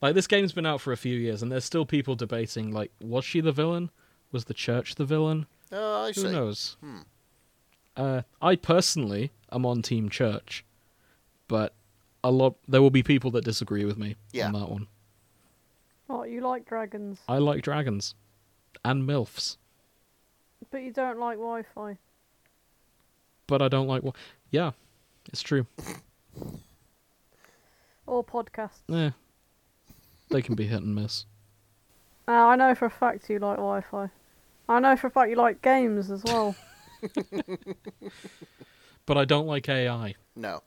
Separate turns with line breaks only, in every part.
Like this game's been out for a few years, and there's still people debating. Like, was she the villain? Was the church the villain?
Oh, I see.
Who knows? Uh, I personally am on Team Church, but a lot there will be people that disagree with me
Yeah.
on that one.
Oh, you like dragons,
I like dragons and milfs,
but you don't like Wi-Fi.
but I don't like. Wa- yeah, it's true.
Or podcasts.
Yeah, Eh. they can be hit and miss.
Uh, I know for a fact you like Wi-Fi. I know for a fact you like games as well.
But I don't like AI.
No.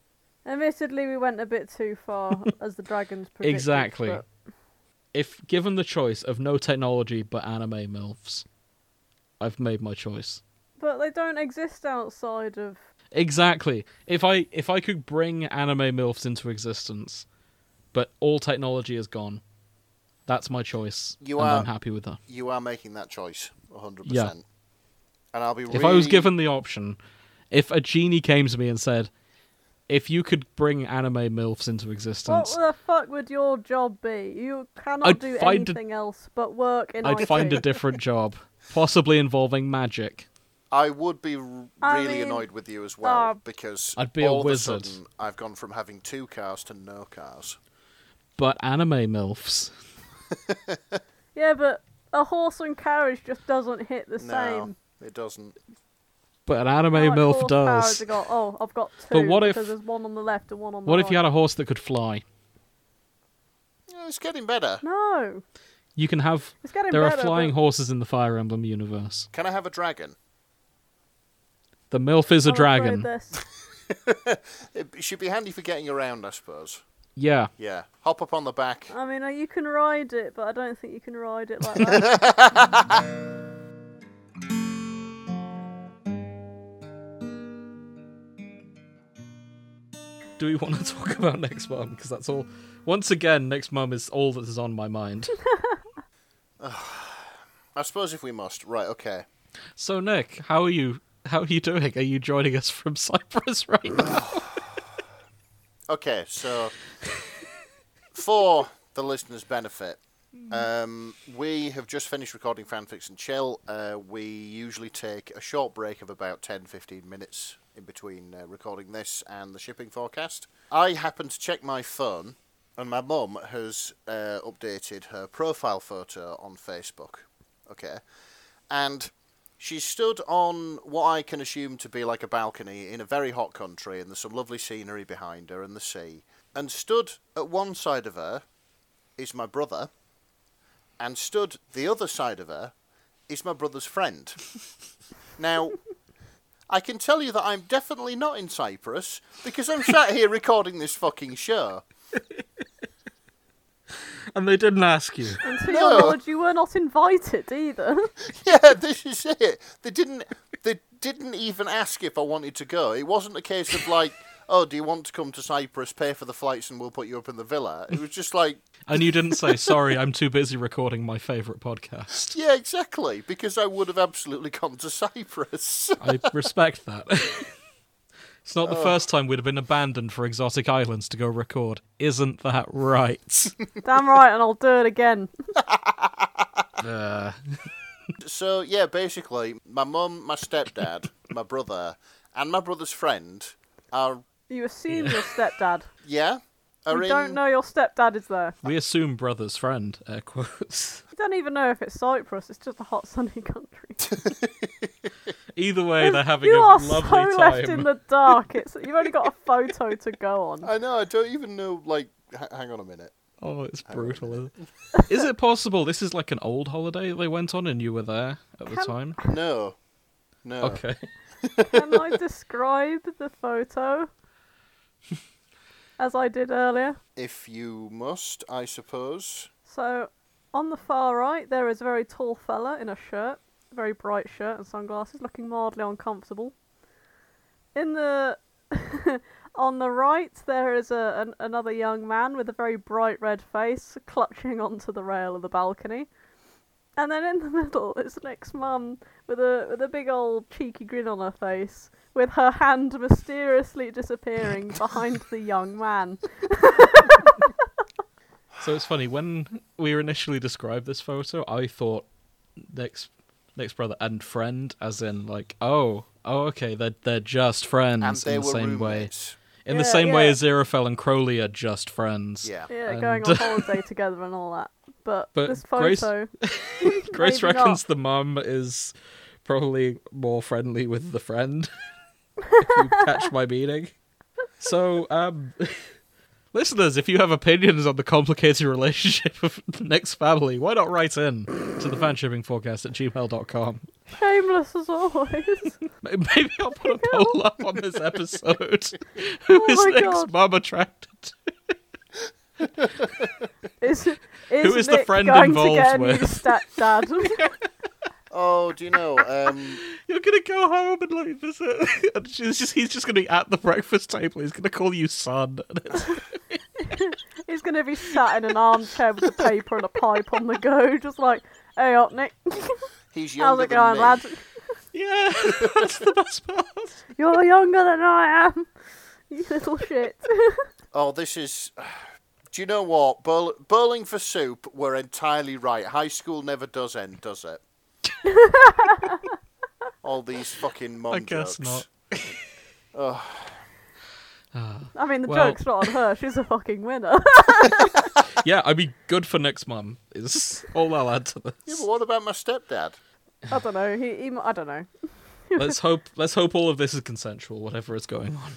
Admittedly, we went a bit too far as the dragons predicted.
Exactly.
but
If given the choice of no technology but anime milfs, I've made my choice.
But they don't exist outside of.
Exactly. If I if I could bring anime milfs into existence, but all technology is gone, that's my choice.
You
and
are-
I'm happy with that.
You are making that choice, 100%.
Yeah.
And I'll be really...
If I was given the option, if a genie came to me and said, "If you could bring anime milfs into
What
existence,
the fuck would your job be? You cannot
I'd
do
find a-
anything else but work in
I'd
IT.
find a different job, possibly involving magic."
I would be r-
I
really
mean,
annoyed with you as well,
uh,
because
I'd be a
all
wizard.
of a sudden I've gone from having two cars to no cars.
But anime milfs.
Yeah, but a horse and carriage just doesn't hit the same.
No, it doesn't.
But an anime
How much
milf
horsepower has
does.
it got? Oh, I've got two.
But what if-
because there's one on the left and one on the
What
right.
if you had a horse that could fly?
Yeah, it's getting better.
No,
You can have.
it's getting
There
better.
are flying
but-
horses in the Fire Emblem universe.
Can I have a dragon?
The milf is a
I'm afraid
dragon.
this-
It it should be handy for getting around, I suppose.
Yeah.
Yeah. Hop up on the back.
I mean, uh, you can ride it, but I don't think you can ride it like that.
Do we want to talk about next mum? Because that's all. Once again, next mum is all that is on my mind.
I suppose if we must. Right, okay.
so Nick, how are you? How are you doing? Are you joining us from Cyprus right now?
Okay, so for the listeners' benefit, um, we have just finished recording Fanfics and Chill. Uh, we usually take a short break of about 10 15 minutes in between uh, recording this and the shipping forecast. I happened to check my phone, and my mum has uh, updated her profile photo on Facebook. Okay, and she stood on what I can assume to be like a balcony in a very hot country, and there's some lovely scenery behind her and the sea. And stood at one side of her is my brother, and stood the other side of her is my brother's friend. now, I can tell you that I'm definitely not in Cyprus because I'm sat here recording this fucking show.
and they didn't ask you.
and to
No.
your knowledge, you were not invited either.
yeah, this is it. They didn't. They didn't even ask if I wanted to go. It wasn't a case of like, oh, do you want to come to Cyprus? Pay for the flights, and we'll put you up in the villa. It was just like,
And you didn't say, "Sorry, I'm too busy recording my favorite podcast."
yeah, exactly, because I would have absolutely gone to Cyprus.
I respect that. it's not the first time we'd have been abandoned for exotic islands to go record. Isn't that right?
Damn right, and I'll do it again.
uh,
so yeah, basically, my mum, my stepdad, my brother, and my brother's friend are
You assume your stepdad.
yeah. Are
You
in,
don't know your stepdad is there.
we assume brother's friend. Air quotes.
You don't even know if it's Cyprus. It's just a hot sunny country.
Either way, they're having
you
a
are so
lovely
left in
time.
the dark. It's you've only got a photo to go on.
I know. I don't even know. Like, h- hang on a minute.
Oh, it's brutal. isn't it? Is it possible this is like an old holiday they went on and you were there at the
Can-
time?
No. No.
Okay.
Can I describe the photo? As I did earlier.
If you must, I suppose.
So, on the far right, there is a very tall fella in a shirt, a very bright shirt and sunglasses, looking mildly uncomfortable. In the on the right, there is a an, another young man with a very bright red face, clutching onto the rail of the balcony. And then in the middle is Nick's mum with a with a big old cheeky grin on her face, with her hand mysteriously disappearing behind the young man.
So it's funny when we were initially described this photo, I thought next next brother and friend, as in like, oh, oh, okay, they're they're just
and
friends
they
in the
were
same way,
roommates.
in
Yeah,
the same way
yeah.
as Xerophil and Crowley are just friends.
Yeah.
Yeah,
And-
going on holiday together and all that. But,
But
this
Grace-
photo,
Grace
maybe
reckons
not.
the mum is probably more friendly with the friend. if you catch my meaning. So, um, listeners, if you have opinions on the complicated relationship of the next family, why not write in to the fanshippingforecast at gmail.com?
shameless as always.
May- Maybe I'll put a poll up on this episode. Who
Oh
is
my
next
God.
mum attracted to?
is, is
Who is the
Nick
friend
going
involved
to get a new
with?
stepdad?
Oh, do you know? Um,
You're gonna go home and like visit. And she's just, he's just gonna be at the breakfast table. He's gonna call you son. And it's
He's going to be sat in an armchair with a paper and a pipe on the go, just like, hey up, Nick.
he's
How's
younger
it
than
going,
me.
lad?
Yeah, that's the best part.
You're younger than I am. You little shit.
Oh, this is. Do you know what? Bur- Burling for soup were entirely right. High school never does end, does it? All these fucking mum
I guess
jokes.
not.
I mean, the
Well-
joke's not on her. She's a fucking winner.
Yeah, I mean, good for next mum is all I'll add to
Yeah,
this.
but what about my stepdad?
I don't know. He, he, mi- I don't know.
Let's hope. Let's hope all of this is consensual, whatever is going on.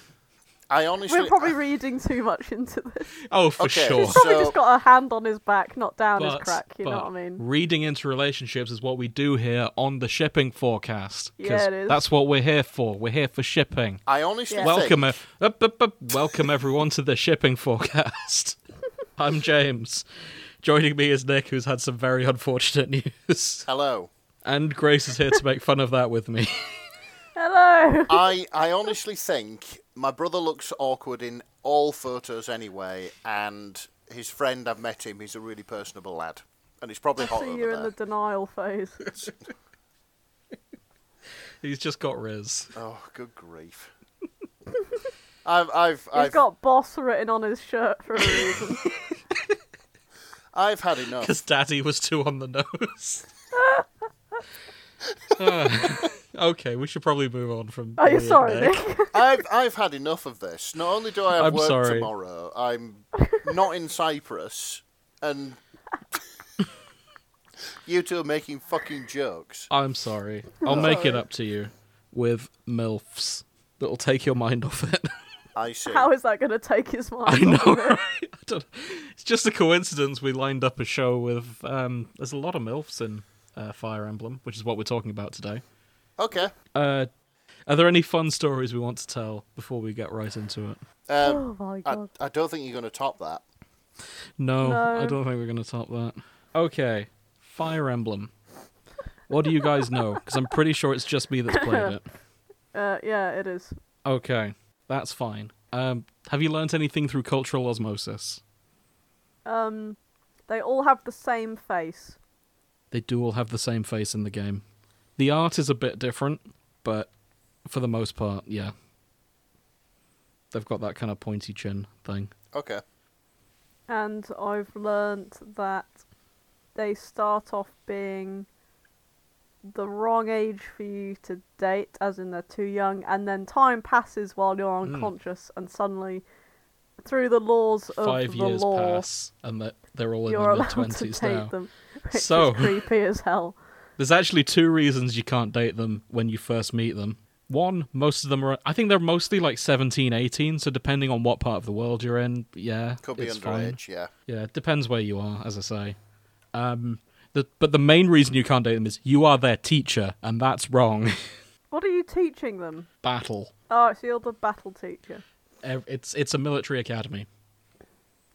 I honestly.
We're
uh,
probably reading too much into this.
Oh, for
Okay.
sure.
She's probably
So-
just got her hand on his back, not down his
But,
crack. You know
but
what I mean?
reading into relationships is what we do here on the shipping forecast. 'cause
Yeah, it is.
That's what we're here for. We're here for shipping.
I honestly
Yeah.
think.
Welcome, e- up, up, up. welcome everyone to the shipping forecast. I'm James. Joining me is Nick, who's had some very unfortunate news,
Hello.
and Grace is here to make fun of that with me.
Hello.
I I honestly think my brother looks awkward in all photos anyway, and his friend I've met him. He's a really personable lad, and he's probably hot
See
over
you're in
there.
the denial phase.
He's just got Riz.
Oh, good grief! I've I've
He's
I've,
got boss written on his shirt for a reason.
I've had enough.
Because daddy was too on the nose. Uh, okay, we should probably move on from.
Are you
me and
sorry,
Nick.
Nick?
I've I've had enough of this. Not only do I have
I'm
work
sorry.
tomorrow, I'm not in Cyprus, and you two are making fucking jokes.
I'm sorry. I'll make it up to you with MILFs. That'll take your mind off it.
I see.
How is that going to take his mind?
I
off
know,
of it?
right? I don't, it's just a coincidence we lined up a show with. Um, there's a lot of MILFs in uh, Fire Emblem, which is what we're talking about today.
Okay.
Uh, are there any fun stories we want to tell before we get right into it?
Um,
Oh my
I,
god.
I don't think you're going to top that.
No, I
No.
don't think we're going to top that. Okay, Fire Emblem. What do you guys know? Because I'm pretty sure it's just me that's played it.
Uh, yeah, it is.
Okay, that's fine. Um, have you learnt anything through cultural osmosis?
Um, they all have the same face.
They do all have the same face in the game. The art is a bit different, but for the most part, yeah. They've got that kind of pointy chin thing.
Okay.
and I've learnt that they start off being the wrong age for you to date, as in they're too young, and then time passes while you're
Hmm.
unconscious, and suddenly, through the laws of
Five
the
years
law,
pass, and they're, they're all in
you're
their mid
allowed to date
20s now.
them, which
So-
is creepy as hell.
There's actually two reasons you can't date them when you first meet them. One, most of them are, I think they're mostly like 17, 18, so depending on what part of the world you're in, yeah.
Could be
it's fine.
underage, yeah.
Yeah, it depends where you are, as I say. Um, the, but the main reason you can't date them is you are their teacher, and that's wrong.
What are you teaching them?
Battle.
Oh, so you're the battle teacher.
Ev- It's, it's a military academy.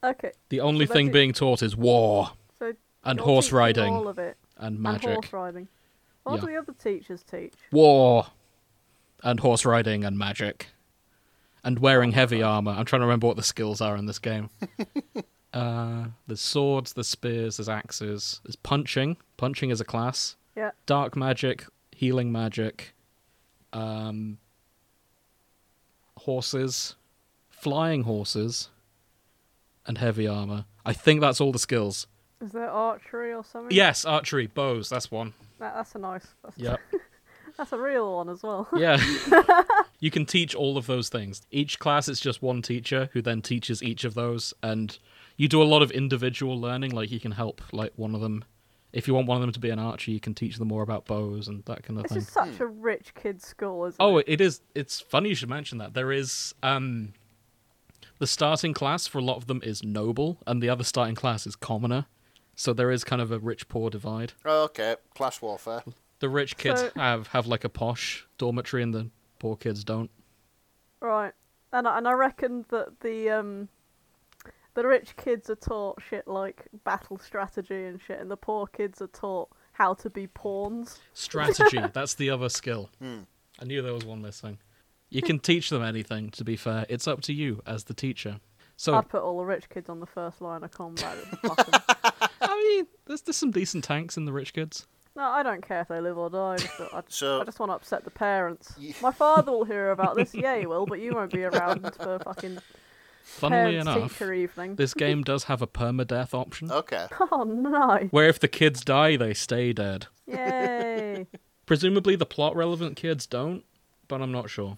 Okay,
The only
So
thing
that's it.
being taught is war
so
And
you're
horse
teaching
riding.
all of it,
and
and
magic.
horse riding. What
Yeah.
do the other teachers teach?
war and horse riding and magic and wearing heavy armor. I'm trying to remember what the skills are in this game. uh, there's swords, there's spears, there's axes, there's punching. Punching is a class.
Yeah.
Dark magic, healing magic, um, horses, flying horses, and heavy armor. I think that's all the skills.
Is there archery or something?
Yes, archery, bows. That's one.
That, that's a nice. That's,
Yep.
that's a real one as well.
Yeah. you can teach all of those things. Each class it's just one teacher who then teaches each of those and you do a lot of individual learning like you can help like one of them if you want one of them to be an archer you can teach them more about bows and that kind of
It's
thing.
just such a rich kid's school, isn't
Oh,
it?
it is it's funny you should mention that. There is um the starting class for a lot of them is noble and the other starting class is commoner. So there is kind of a rich poor divide.
Oh, okay, class warfare.
The rich kids
So-
have have like a posh dormitory and the poor kids don't.
Right. And I, and I reckon that the um the rich kids are taught shit like battle strategy and shit, and the poor kids are taught how to be pawns.
Strategy. that's the other skill. I knew there was one missing. You can teach them anything, to be fair. It's up to you as the teacher. So,
I put all the rich kids on the first line of combat. It's fucking-
I mean, there's, there's some decent tanks in the rich kids.
no, I don't care if they live or die. I just, I,
So-
I just want to upset the parents.
Ye-
My father will hear about this. Yeah, he will, but you won't be around for fucking
Funnily enough,
parents-teacher evening.
this game does have a permadeath option,
Okay.
Oh no!
where if the kids die, they stay dead.
Yay!
Presumably, the plot relevant kids don't, but I'm not sure.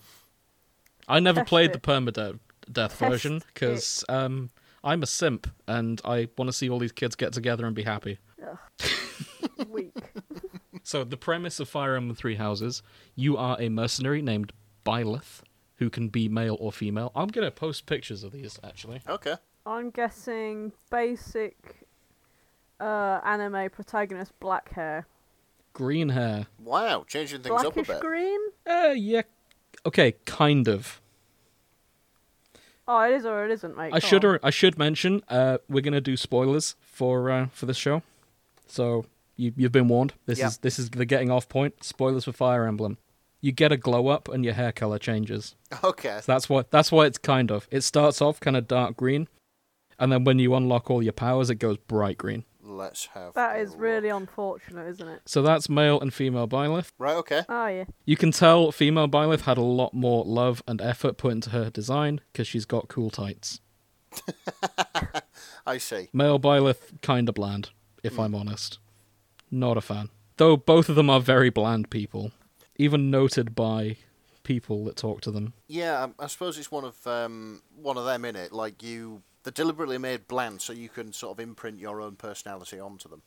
I never
Test
played
it.
the permadeath death
Test
version because um, I'm a simp and I want to see all these kids get together and be happy.
Weak.
So the premise of Fire Emblem Three Houses: you are a mercenary named Byleth, who can be male or female. I'm gonna post pictures of these actually.
Okay.
I'm guessing basic uh, anime protagonist black hair.
Green hair.
Wow, changing things up a
Blackish
bit.
green?
Uh, yeah. Okay, kind of.
Oh, it is or it isn't, mate.
I
come
should
on.
I should mention. Uh, we're gonna do spoilers for uh, for this show, so you you've been warned. This
Yeah.
is this is the getting off point. Spoilers for Fire Emblem. You get a glow up and your hair color changes.
Okay.
So that's why that's why it's kind of. It starts off kind of dark green, and then when you unlock all your powers, it goes bright green.
Let's have.
That
a
is
look.
really unfortunate, isn't it?
So that's male and female Byleth.
Right. Okay.
Oh, yeah.
You can tell female Byleth had a lot more love and effort put into her design because she's got cool tights.
I see.
Male Byleth, kinda bland, if I'm honest. Not a fan. Though both of them are very bland people, even noted by people that talk to them.
Yeah, um, I suppose it's one of um, one of them in it. Like you, they're deliberately made bland so you can sort of imprint your own personality onto them.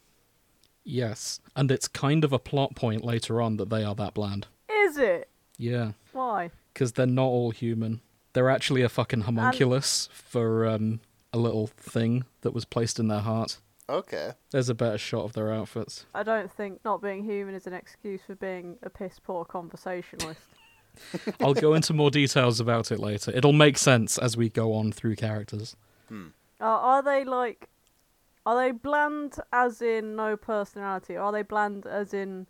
Yes, and it's kind of a plot point later on that they are that bland.
Is it?
Yeah.
Why?
because they're not all human. They're actually a fucking homunculus for um, a little thing that was placed in their heart.
Okay.
There's a better shot of their outfits.
I don't think not being human is an excuse for being a piss poor conversationalist.
I'll go into more details about it later. It'll make sense as we go on through characters.
Uh, are they like. Are they bland as in no personality? Are they bland as in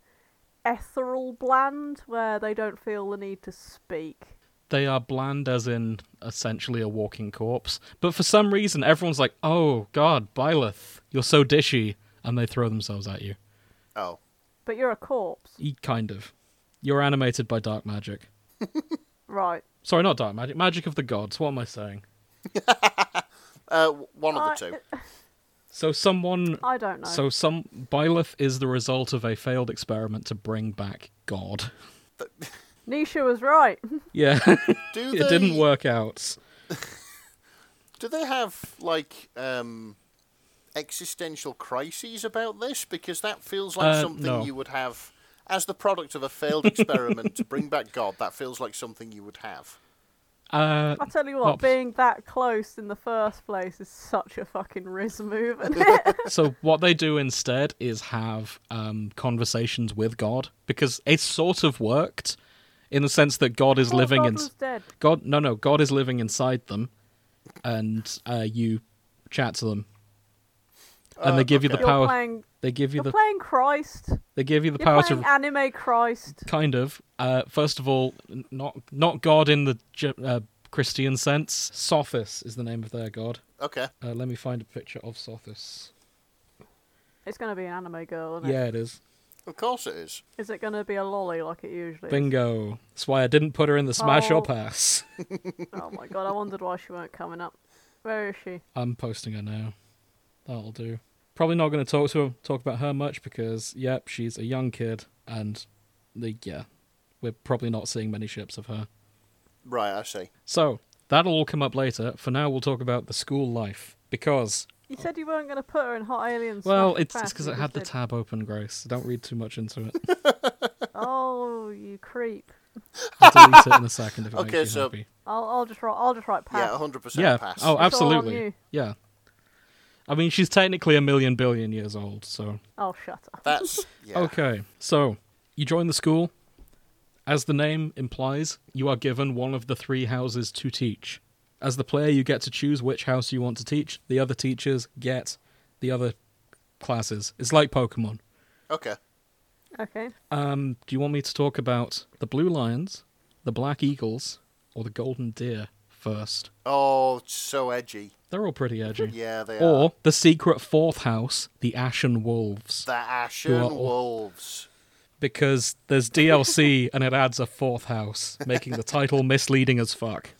ethereal bland, where they don't feel the need to speak?
They are bland, as in essentially a walking corpse. But for some reason, everyone's like, "Oh God, Byleth, you're so dishy," and they throw themselves at you.
Oh.
But you're a corpse.
E- Kind of. You're animated by dark magic.
Right.
Sorry, not dark magic. Magic of the gods. What am I saying?
Uh, w- one of the
I-
two.
So someone
I don't know.
So some Byleth is the result of a failed experiment to bring back God.
Nisha was right.
Yeah,
Do they,
it didn't work out.
Do they have like um, existential crises about this? Because that feels like
Uh,
something
no.
you would have as the product of a failed experiment to bring back God. That feels like something you would have.
Uh,
I tell you what,
Ops.
being that close in the first place is such a fucking riz move, isn't it?
so what they do instead is have um, conversations with God because it sort of worked in the sense that God is
Poor
living
Oh, God
in
was dead.
God. No, no, God is living inside them, and uh, you chat to them, and they give you the
Uh, You're
power.
playing.
They give you
You're
the.
playing Christ.
They give you the
You're
power
playing
to.
anime Christ.
kind of. Uh, first of all, n- not not God in the Ge- uh, Christian sense. Sothis is the name of their god.
Okay.
Uh, let me find a picture of Sothis.
It's going to be an anime girl, isn't
Yeah,
it?
it is.
Of course it is.
Is it going to be a lolly like it usually is?
Bingo. That's why I didn't put her in the smash
Oh.
or pass.
Oh my god, I wondered why she weren't coming up. Where is she?
I'm posting her now. That'll do. Probably not going to talk to her, talk about her much because, yep, she's a young kid, and the yeah, we're probably not seeing many ships of her.
Right, I see.
So that'll all come up later. For now, we'll talk about the school life because
You said you weren't going to put her in Hot Aliens.
well,
Smash
it's
Fast,
it's because
you
it
just
had the
did.
tab open, Grace. Don't read too much into it.
Oh, you creep!
I'll delete it in a second if it
Okay,
makes you
so-
happy.
I'll, I'll just write. I'll just write
Yeah,
pass.
100%
yeah.
pass.
Oh,
It's all on
absolutely.
you.
Yeah. I mean, she's technically a million billion years old, so
Oh, shut up.
That's. Yeah.
Okay, so you join the school. As the name implies, you are given one of the three houses to teach. As the player, you get to choose which house you want to teach. The other teachers get the other classes. It's like Pokemon.
Okay.
Okay.
Um, do you want me to talk about the Blue Lions, the Black Eagles, or the Golden Deer first?
Oh, it's so edgy.
They're all pretty edgy.
Yeah, they are.
Or the secret fourth house, the Ashen Wolves.
The
You are
Ashen
all-
Wolves.
because there's DLC and it adds a fourth house, making the title misleading as fuck.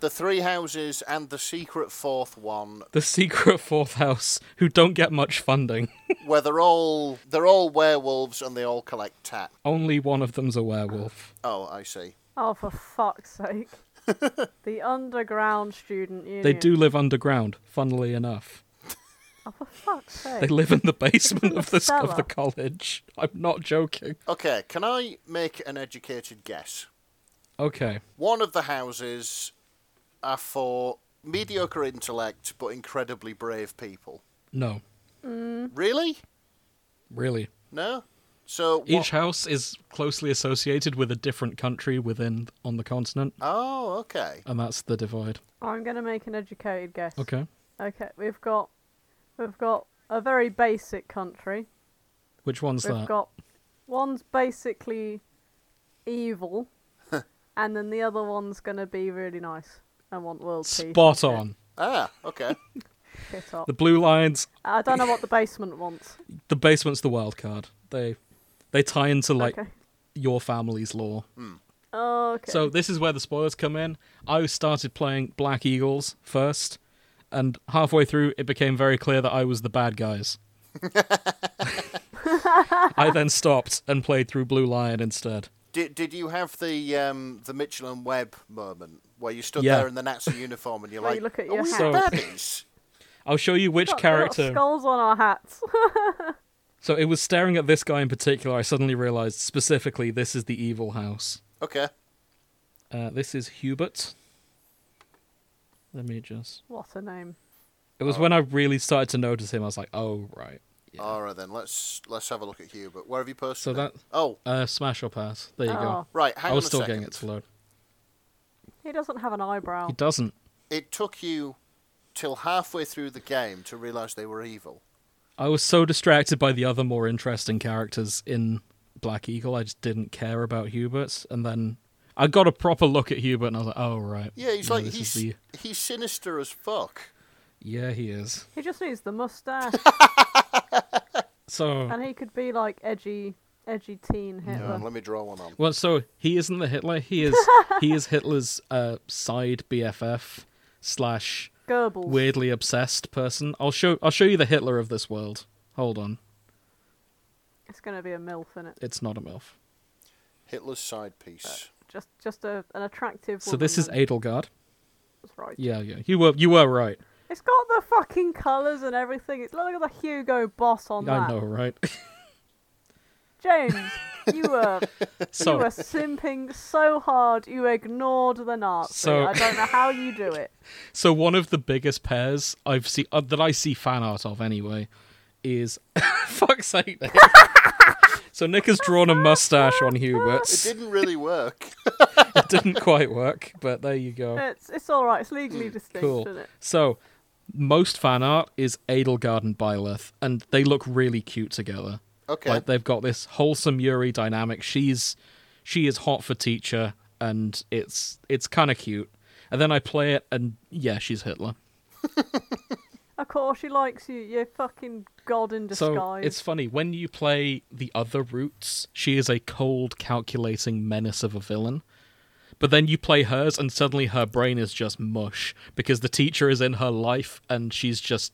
The Three Houses and the Secret Fourth One,
The secret fourth house, who don't get much funding.
where they're all they're all werewolves and they all collect tat.
Only one of them's a werewolf.
Oh, I see.
Oh, for fuck's sake! the underground student union.
They do live underground, funnily enough.
Oh, for fuck's sake!
They live in the basement of the of
Stella.
the college. I'm not joking.
Okay, can I make an educated guess?
Okay.
One of the houses are for mediocre intellect but incredibly brave people.
No.
Really?
Really.
No. So what-
Each house is closely associated with a different country within on the continent,
Oh, okay.
and that's the divide.
I'm going to make an educated guess.
Okay.
Okay. We've got, we've got a very basic country.
Which one's
We've
that?
got one's basically evil, and then the other one's gonna be really nice and want world peace.
Spot on.
Ah, okay.
Shit up.
The blue lines
I don't know what the basement wants.
the basement's the wild card. They they tie into like
okay. Oh,
your family's lore.
Okay.
So this is where the spoilers come in. I started playing Black Eagles first, and halfway through it became very clear that I was the bad guys. I then stopped and played through Blue Lion instead.
Did did you have the um the Mitchell and Webb moment where you stood
Yeah.
there in the Nazi uniform and you're
Where
like, "Oh,
you look at
"Are
your
we
hat." So-
baddies?"
I'll show you which
Got- got
character.
skulls on our hats.
So it was staring at this guy in particular. I suddenly realized specifically this is the evil house.
Okay.
Uh, this is Hubert. Let me just.
what a name.
It was when I really started to notice him. I was like, oh right. Yeah.
All right then. Let's let's have a look at Hubert. Where have you posted?
So
it?
that
Oh,
uh, smash or pass. There you
Oh,
go.
right. Hang
I was
on a
still
second.
getting it to load.
he doesn't have an eyebrow.
He doesn't.
It took you till halfway through the game to realize they were evil.
I was so distracted by the other more interesting characters in Black Eagle. I just didn't care about Hubert. And then I got a proper look at Hubert, and I was like, oh right.
Yeah, he's
No,
like
this
he's
is the-
he's sinister as fuck.
Yeah, he is.
He just needs the mustache,
So
and he could be like edgy, edgy teen Hitler.
Um, Let me draw one on.
Well, so he isn't the Hitler. He is. he is Hitler's uh, side BFF slash
Goebbels.
weirdly obsessed person. I'll show. I'll show you the Hitler of this world. Hold on.
It's gonna be a milf in it.
It's not a milf.
Hitler's side piece.
Just, just a, an attractive.
So this is
woman,
Adelgard.
that's right.
Yeah, yeah. You were you were right.
It's got the fucking colours and everything. It's like the Hugo Boss on
I
that.
know, right?
James, you were you
so
were simping so hard you ignored the Nazi.
So-
I don't know how you do it.
so one of the biggest pairs I've seen uh, that I see fan art of anyway is fuck's sake. Nick. so Nick has drawn a mustache on
It
Hubert's. It
didn't really work.
didn't quite work, but there you go.
It's it's all right. It's legally distinct, isn't
Cool.
it?
So, most fan art is Adelgard and Byleth, and they look really cute together.
Okay.
Like they've got this wholesome Yuri dynamic. She's she is hot for teacher, and it's it's kind of cute. And then I play it, and yeah, she's Hitler.
Of course, she likes you. You're fucking god in disguise.
So it's funny when you play the other routes. She is a cold, calculating menace of a villain. But then you play hers, and suddenly her brain is just mush because the teacher is in her life, and she's just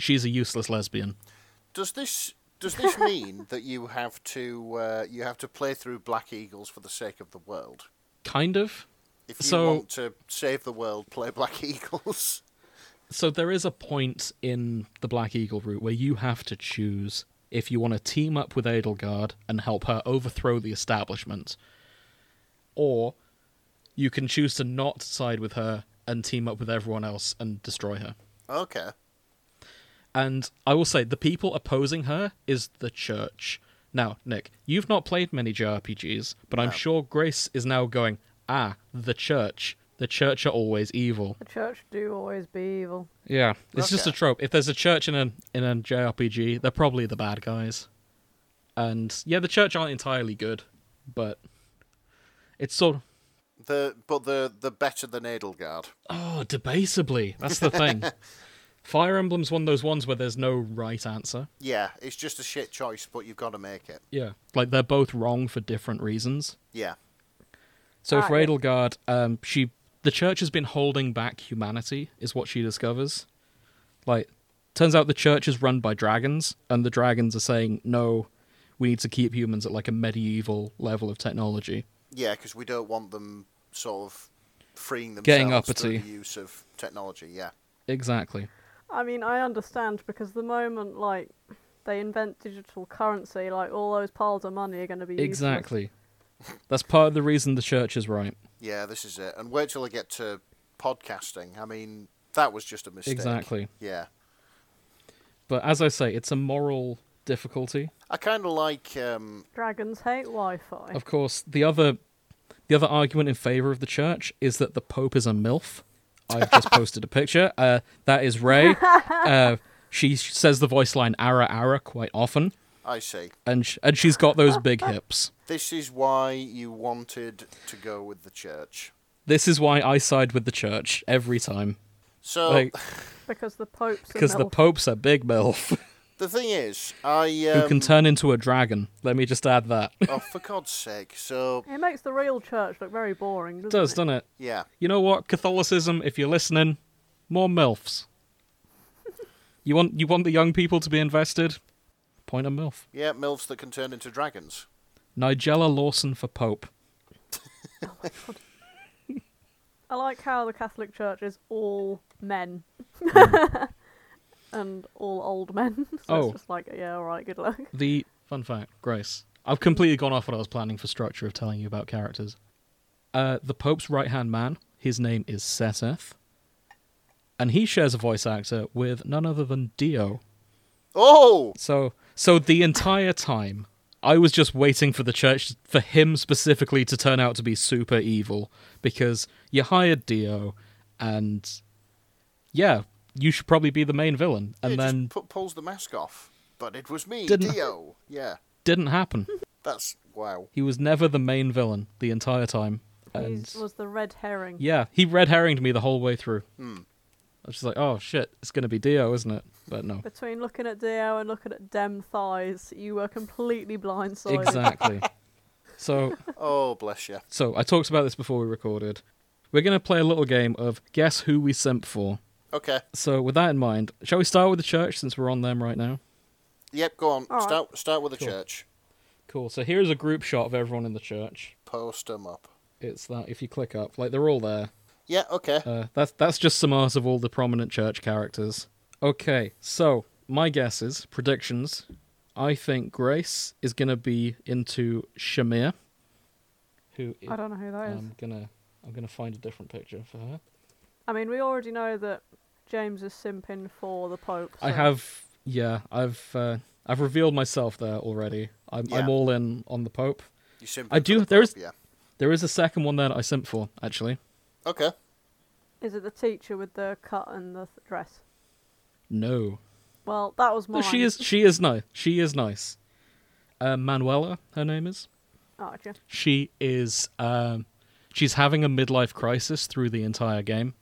she's a useless lesbian.
Does this does this mean that you have to uh, you have to play through Black Eagles for the sake of the world?
Kind of.
If you
So-
want to save the world, play Black Eagles.
So there is a point in the Black Eagle route where you have to choose if you want to team up with Adelgard and help her overthrow the establishment, or you can choose to not side with her and team up with everyone else and destroy her.
Okay.
And I will say the people opposing her is the church. Now, Nick, you've not played many JRPGs, but I'm
No.
sure Grace is now going, ah, the church. The church are always evil.
The church do always be evil.
Yeah, it's just a
Okay.
trope. If there's a church in a in a JRPG, they're probably the bad guys. And yeah, the church aren't entirely good, but it's sort of
The but the the better than Edelgard.
oh, debasably. That's the thing. Fire Emblem's one of those ones where there's no right answer.
Yeah, it's just a shit choice, but you've got to make it.
Yeah, like they're both wrong for different reasons.
Yeah.
So
Ah,
for
yeah.
Adelgard, um, she the church has been holding back humanity, is what she discovers. Like, turns out the church is run by dragons, and the dragons are saying, "No, we need to keep humans at like a medieval level of technology."
Yeah, because we don't want them sort of freeing themselves
Getting
through
uppity.
the use of technology. Yeah.
Exactly.
I mean, I understand because the moment like they invent digital currency, like all those piles of money are going to be useless.
Exactly. That's part of the reason the church is right.
Yeah, this is it. And wait till I get to podcasting. I mean, that was just a mistake.
Exactly.
Yeah.
But as I say, it's a moral difficulty.
I kind of like. Um,
Dragons hate Wi-Fi.
Of course, the other the other argument in favor of the church is that the Pope is a MILF. I've just posted a picture. Uh, that is Ray. Uh, she says the voice line "ara ara" quite often,
I see.
and sh- and she's got those big hips.
This is why you wanted to go with the church.
This is why I side with the church every time,
So
like
Because the Pope's a
because the
MILF.
Pope's a big MILF
the thing is, I.
who
Um,
can turn into a dragon. Let me just add that.
oh, for God's sake! So
It makes the real church look very boring, doesn't
It does, doesn't it?
yeah,
You know what, Catholicism, if you're listening, more MILFs. you want you want the young people to be invested? Point a MILF.
yeah, milfs that can turn into dragons.
Nigella Lawson for Pope.
I like how the Catholic Church is all men. and all old men. So
Hmm. Oh.
it's just like, yeah, alright, good luck.
The fun fact, Grace. I've completely gone off what I was planning for structure of telling you about characters. Uh, the Pope's right hand man, his name is Seth. And he shares a voice actor with none other than Dio.
Oh,
So so the entire time I was just waiting for the church for him specifically to turn out to be super evil because you hired Dio and yeah, you should probably be the main villain and
it
then
just pu- pulls the mask off. But it was me,
Didn't-
Dio. Yeah,
didn't happen.
that's wow.
He was never the main villain the entire time. And
He was the red herring.
yeah, he red herringed me the whole way through. I was just like, oh shit, it's going to be Dio, isn't it? But no.
Between looking at Dio and looking at Dem thighs, you were completely blindsided.
Exactly. so
Oh, bless you.
So I talked about this before we recorded. We're going to play a little game of guess who we simp for.
Okay.
So with that in mind, shall we start with the church since we're on them right now?
Yep. Go on.
All right.
Start. Start with the
Cool.
church.
Cool. So here is a group shot of everyone in the church.
Post them up.
It's that if you click up, like they're all there.
Yeah. Okay.
Uh, that's that's just some art of all the prominent church characters. Okay, so my guesses, predictions. I think Grace is gonna be into Shamir. Who
I don't know who that is.
I'm gonna I'm gonna find a different picture for her.
I mean, we already know that James is simping for the Pope.
I
so-
have, yeah, I've uh, I've revealed myself there already. I'm
Yeah.
I'm all in on the Pope.
you simping
I
for
do-
the
there is-
Pope, Yeah.
There is a second one there that I sent for actually.
Okay.
Is it the teacher with the cut and the th- dress?
No,
Well, that was
no,
mine.
she is she is nice. She is nice. Uh, Manuela, her name is.
Oh, okay.
She is. Um, she's having a midlife crisis through the entire game,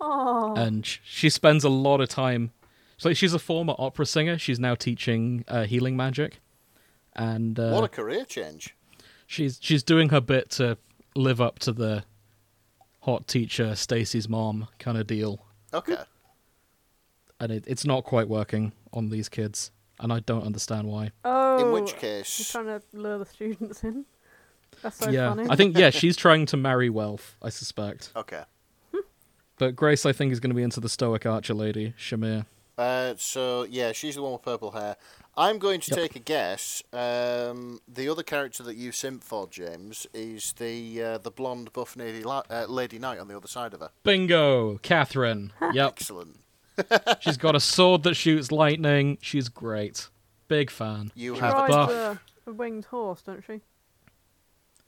Oh,
and sh- she spends a lot of time. So she's a former opera singer. She's now teaching uh, healing magic, and uh,
what a career change.
she's she's doing her bit to live up to the hot teacher Stacy's mom kind of deal,
Okay.
and it, it's not quite working on these kids, and I don't understand why.
Oh,
In which
she's
case,
trying to lure the students in. That's so
yeah,
funny.
I think yeah, she's trying to marry wealth, I suspect.
okay.
But Grace, I think, is going to be into the Stoic Archer lady, Shamir.
Uh, so yeah, she's the one with purple hair. I'm going to
Yep.
take a guess. Um, the other character that you simp for, James, is the uh, the blonde buff lady, la- uh, lady knight on the other side of her.
Bingo, Catherine. Yep,
Excellent.
she's got a sword that shoots lightning. She's great. Big fan.
You
she
have
Right.
rides
buff.
a, a winged horse, don't she?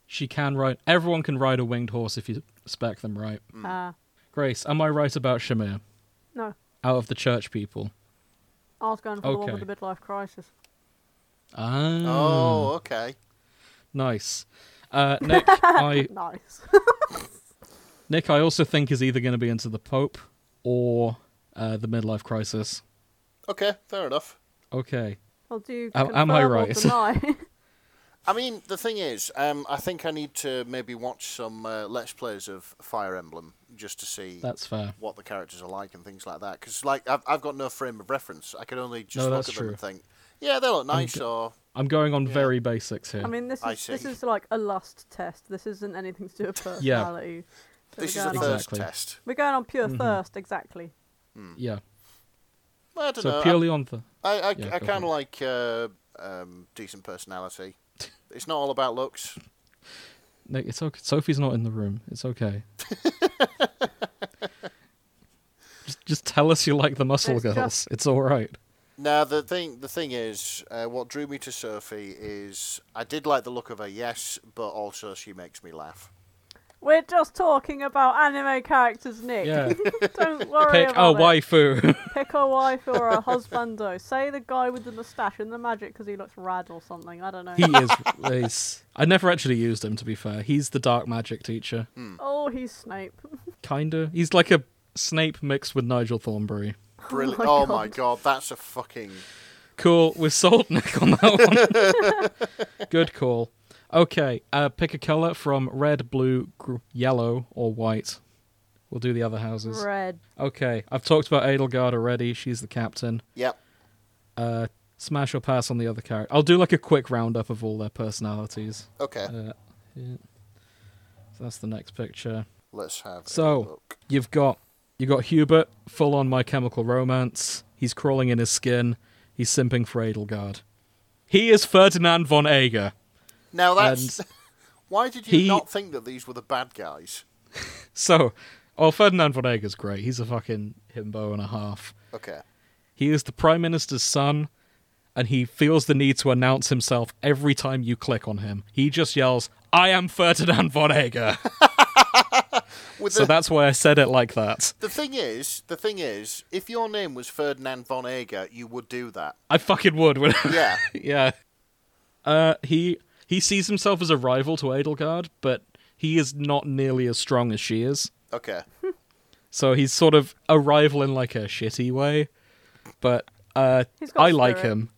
She can ride. Everyone can ride a winged horse if you spec them right.
Hmm.
Ah,
Grace, am I right about Shamir?
no.
Out of the church people.
I was going for the one with
Okay.
the midlife crisis.
Ah,
Oh, okay.
nice. Uh, Nick, I
Nice.
Nick, I also think is either going to be into the Pope or uh, the midlife crisis.
Okay, fair enough.
Okay,
well, do you
Am- am
confirm
I
or
right?
deny?
I mean, the thing is, um, I think I need to maybe watch some uh, let's plays of Fire Emblem just to see
that's fair.
what the characters are like and things like that. Because like I've, I've got no frame of reference. I can only just look
that's
at them
true.
and think, yeah, they look nice. Or
I'm going on
Yeah.
very basics here.
I mean, this
I
is this
see.
is like a lust test. This isn't anything to do with
Yeah. Mm-hmm.
personality. So
this
we're
is a
going on-
thirst
Exactly.
test.
We're going on pure thirst, exactly.
yeah.
I don't
So
know. I-
purely on the
I, I,
Yeah,
I
go
kind of like uh, um, decent personality. It's not all about looks.
Nick, it's okay. Sophie's not in the room. It's okay. just, just tell us you like the muscle
It's
girls.
just-
It's all right.
Now the thing, the thing is, uh, what drew me to Sophie is I did like the look of her, yes, but also she makes me laugh.
We're just talking about anime characters, Nick.
Yeah.
Don't worry
Pick
about
a
it.
waifu.
Pick a wife or a husbando. Say the guy with the moustache and the magic because he looks rad or something. I don't know.
he is. He's, I never actually used him to be fair. He's the dark magic teacher.
oh, he's Snape.
Kinda. He's like a Snape mixed with Nigel Thornberry.
Brilliant!
my
Oh my,
God.
god, that's a fucking
Cool. We're sold, Nick, on that one. Good call. Okay. Uh, pick a color from red, blue, gr- yellow, or white. We'll do the other houses.
Red.
Okay, I've talked about Adelgard already. She's the captain.
yep.
Uh, smash or pass on the other character. I'll do like a quick roundup of all their personalities.
Okay,
Uh, yeah. So that's the next picture.
let's have
so-
a look.
You've got you got Hubert, full on My Chemical Romance. He's crawling in his skin. He's simping for Adelgard. He is Ferdinand von Eger.
Now that's why did you
he-
not think that these were the bad guys?
So, oh, Ferdinand von Eger's great. He's a fucking himbo and a half.
Okay,
He is the Prime Minister's son, and he feels the need to announce himself every time you click on him. He just yells, I am Ferdinand von Eger.
with
so
the,
that's why I said it like that.
the thing is, the thing is, if your name was Ferdinand von Eger, you would do that.
I fucking would. would
Yeah.
yeah. Uh, he he sees himself as a rival to Adelgard, but he is not nearly as strong as she is.
Okay.
So he's sort of a rival in like a shitty way. But uh,
He's got
I like
spirit.
him.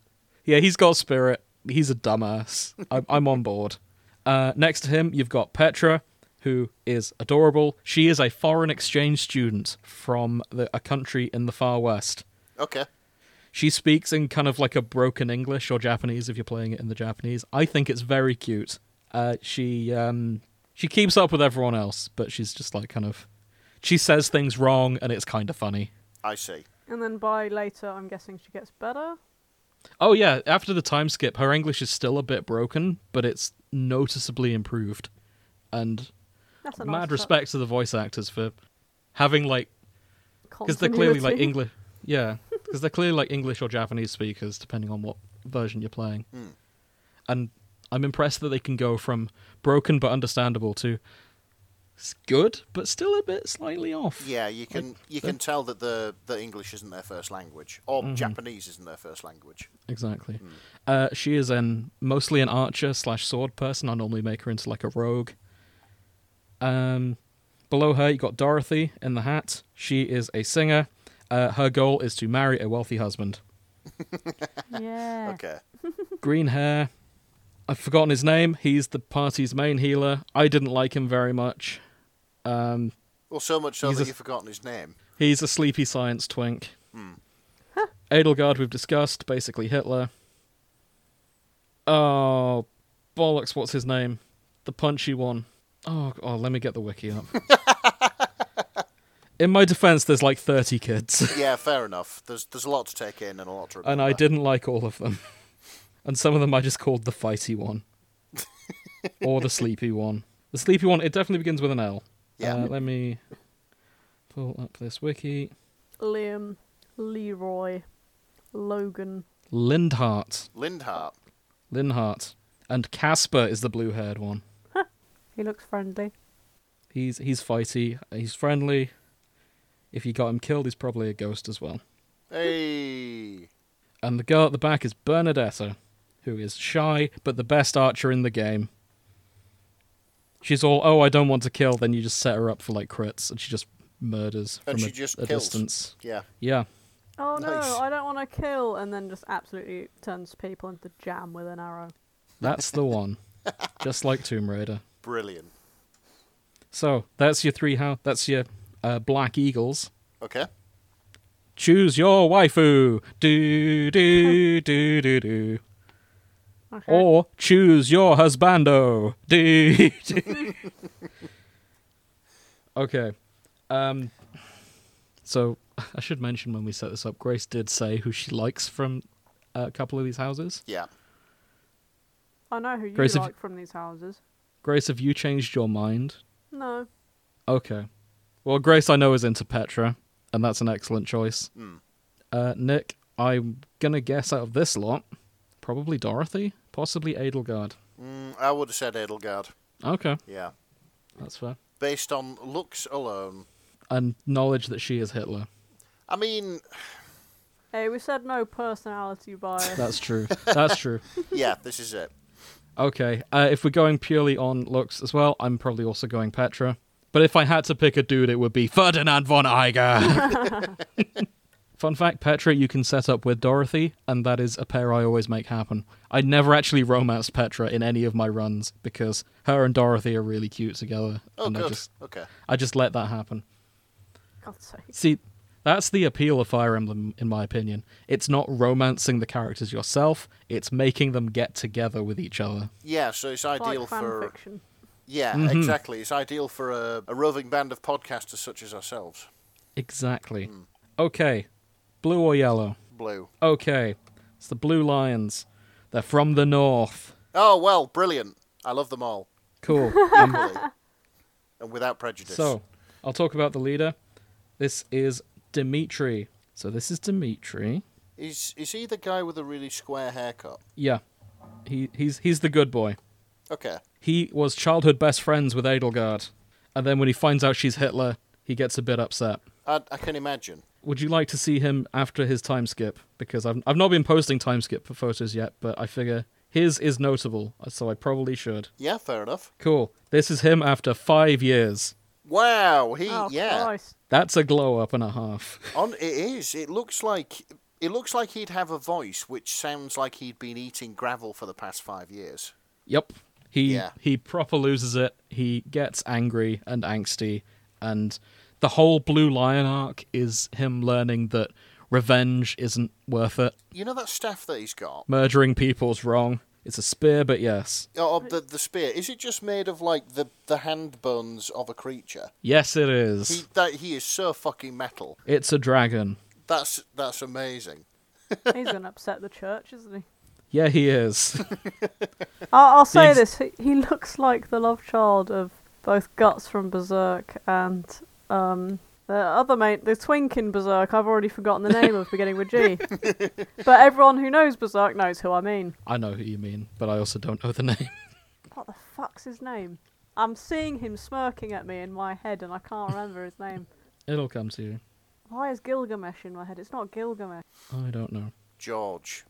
Yeah, he's got spirit. He's a dumbass. I'm, I'm on board. Uh, next to him, you've got Petra, who is adorable. She is a foreign exchange student from the, a country in the far west.
Okay.
She speaks in kind of like a broken English or Japanese if you're playing it in the Japanese. I think it's very cute. Uh, she um, she keeps up with everyone else, but she's just like kind of she says things wrong, and it's kind of funny.
I see.
And then by later, I'm guessing she gets better.
Oh yeah, after the time skip, her English is still a bit broken, but it's noticeably improved. And
That's a nice uh,
mad
touch.
respect to the voice actors for having like because they're clearly like
Continuity.
English. Yeah, because they're clearly like English or Japanese speakers, depending on what version you're playing. And I'm impressed that they can go from broken but understandable to s- good but still a bit slightly off.
Yeah, you can you can tell that the the English isn't their first language, or
Mm-hmm.
Japanese isn't their first language.
Exactly. Uh, she is an mostly an archer slash sword person. I normally make her into like a rogue. Um, below her, you got Dorothy in the hat. She is a singer. Uh, her goal is to marry a wealthy husband.
Yeah.
Okay.
Green hair, I've forgotten his name. He's the party's main healer. I didn't like him very much. Um,
Well, so much so
He's
that
a-
you've forgotten his name.
he's a sleepy science twink. Edelgard, we've discussed, basically Hitler. Oh, bollocks, what's his name? The punchy one. Oh, g- oh let me get the wiki up. In my defense, there's like 30 kids,
Yeah, fair enough. There's there's a lot to take in and a lot to
and
remember.
I didn't like all of them. And some of them I just called the fighty one, or the sleepy one. The sleepy one, it definitely begins with an L.
Yeah.
Uh, let me pull up this wiki.
Liam, Leroy, Logan.
Lindhart.
Lindhart.
Linhart. And Casper is the blue haired one.
He looks friendly.
He's he's fighty, he's friendly. If you got him killed, he's probably a ghost as well.
Hey.
And the girl at the back is Bernadetta, who is shy but the best archer in the game. She's all, oh, I don't want to kill. Then you just set her up for like crits, and she just murders
And
from
she
a,
just
a
kills.
distance.
Yeah.
Yeah,
Oh no,
Nice.
I don't want to kill, and then just absolutely turns people into jam with an arrow.
that's the one. just like Tomb Raider.
Brilliant.
So that's your three. How that's your uh, Black Eagles.
Okay.
Choose your waifu. Do do do do do.
Okay.
Or choose your husbando. Do, do. okay. Um. So I should mention when we set this up, Grace did say who she likes from a couple of these houses.
Yeah.
I know who you
Grace, if-
like from these houses.
Grace, have you changed your mind?
No,
Okay. Well, Grace, I know is into Petra, and that's an excellent choice.
Mm.
Uh, Nick, I'm gonna guess out of this lot, probably Dorothy, possibly Adelgard.
Mm, I would have said Edelgard.
Okay,
Yeah.
that's fair.
Based on looks alone.
And knowledge that she is Hitler.
I mean,
hey, we said no personality bias.
That's true. that's true.
yeah, this is it.
Okay. Uh, if we're going purely on looks as well, I'm probably also going Petra. But if I had to pick a dude, it would be Ferdinand von Eiger. Fun fact Petra, you can set up with Dorothy, and that is a pair I always make happen. I never actually romance Petra in any of my runs because her and Dorothy are really cute together.
Oh,
and I
good.
just,
Okay.
I just let that happen.
God's sake.
See, that's the appeal of Fire Emblem, in my opinion. It's not romancing the characters yourself, it's making them get together with each other.
Yeah, so it's ideal
like fan
for.
fiction.
Yeah,
Mhm.
exactly. It's ideal for a, a roving band of podcasters such as ourselves.
Exactly. Okay. Blue or yellow?
Blue.
Okay. It's the Blue Lions. They're from the north.
Oh, well, brilliant. I love them all.
Cool.
Equally. and without prejudice.
so, I'll talk about the leader. This is Dimitri. So, this is Dimitri.
Is, is he the guy with a really square haircut?
Yeah. He, he's, he's the good boy.
Okay.
He was childhood best friends with Adelgard. And then when he finds out she's Hitler, he gets a bit upset.
I, I can imagine.
Would you like to see him after his time skip? Because I've, I've not been posting time skip for photos yet, but I figure his is notable, so I probably should.
Yeah, fair enough.
Cool. This is him after five years.
Wow, he
Oh
yeah.
Christ!
That's a glow up and a half.
On it is. It looks like it looks like he'd have a voice which sounds like he'd been eating gravel for the past 5 years.
yep. He
Yeah.
he proper loses it. He gets angry and angsty, and the whole Blue Lion arc is him learning that revenge isn't worth it.
You know that staff that he's got?
Murdering people's wrong. It's a spear, but yes,
Or Oh, the the spear. Is it just made of like the the hand bones of a creature?
yes, it
He
is.
that he is so fucking metal.
It's a dragon.
That's that's amazing.
He's gonna upset the church, isn't he?
Yeah, he is.
I'll, I'll say
ex-
this: he, he looks like the love child of both Guts from Berserk and um, the other mate, the twink in Berserk. I've already forgotten the name of, beginning with G. but everyone who knows Berserk knows who I mean.
I know who you mean, but I also don't know the name.
What the fuck's his name? I'm seeing him smirking at me in my head, and I can't remember his name.
It'll come to you.
Why is Gilgamesh in my head? It's not Gilgamesh.
I don't know.
George.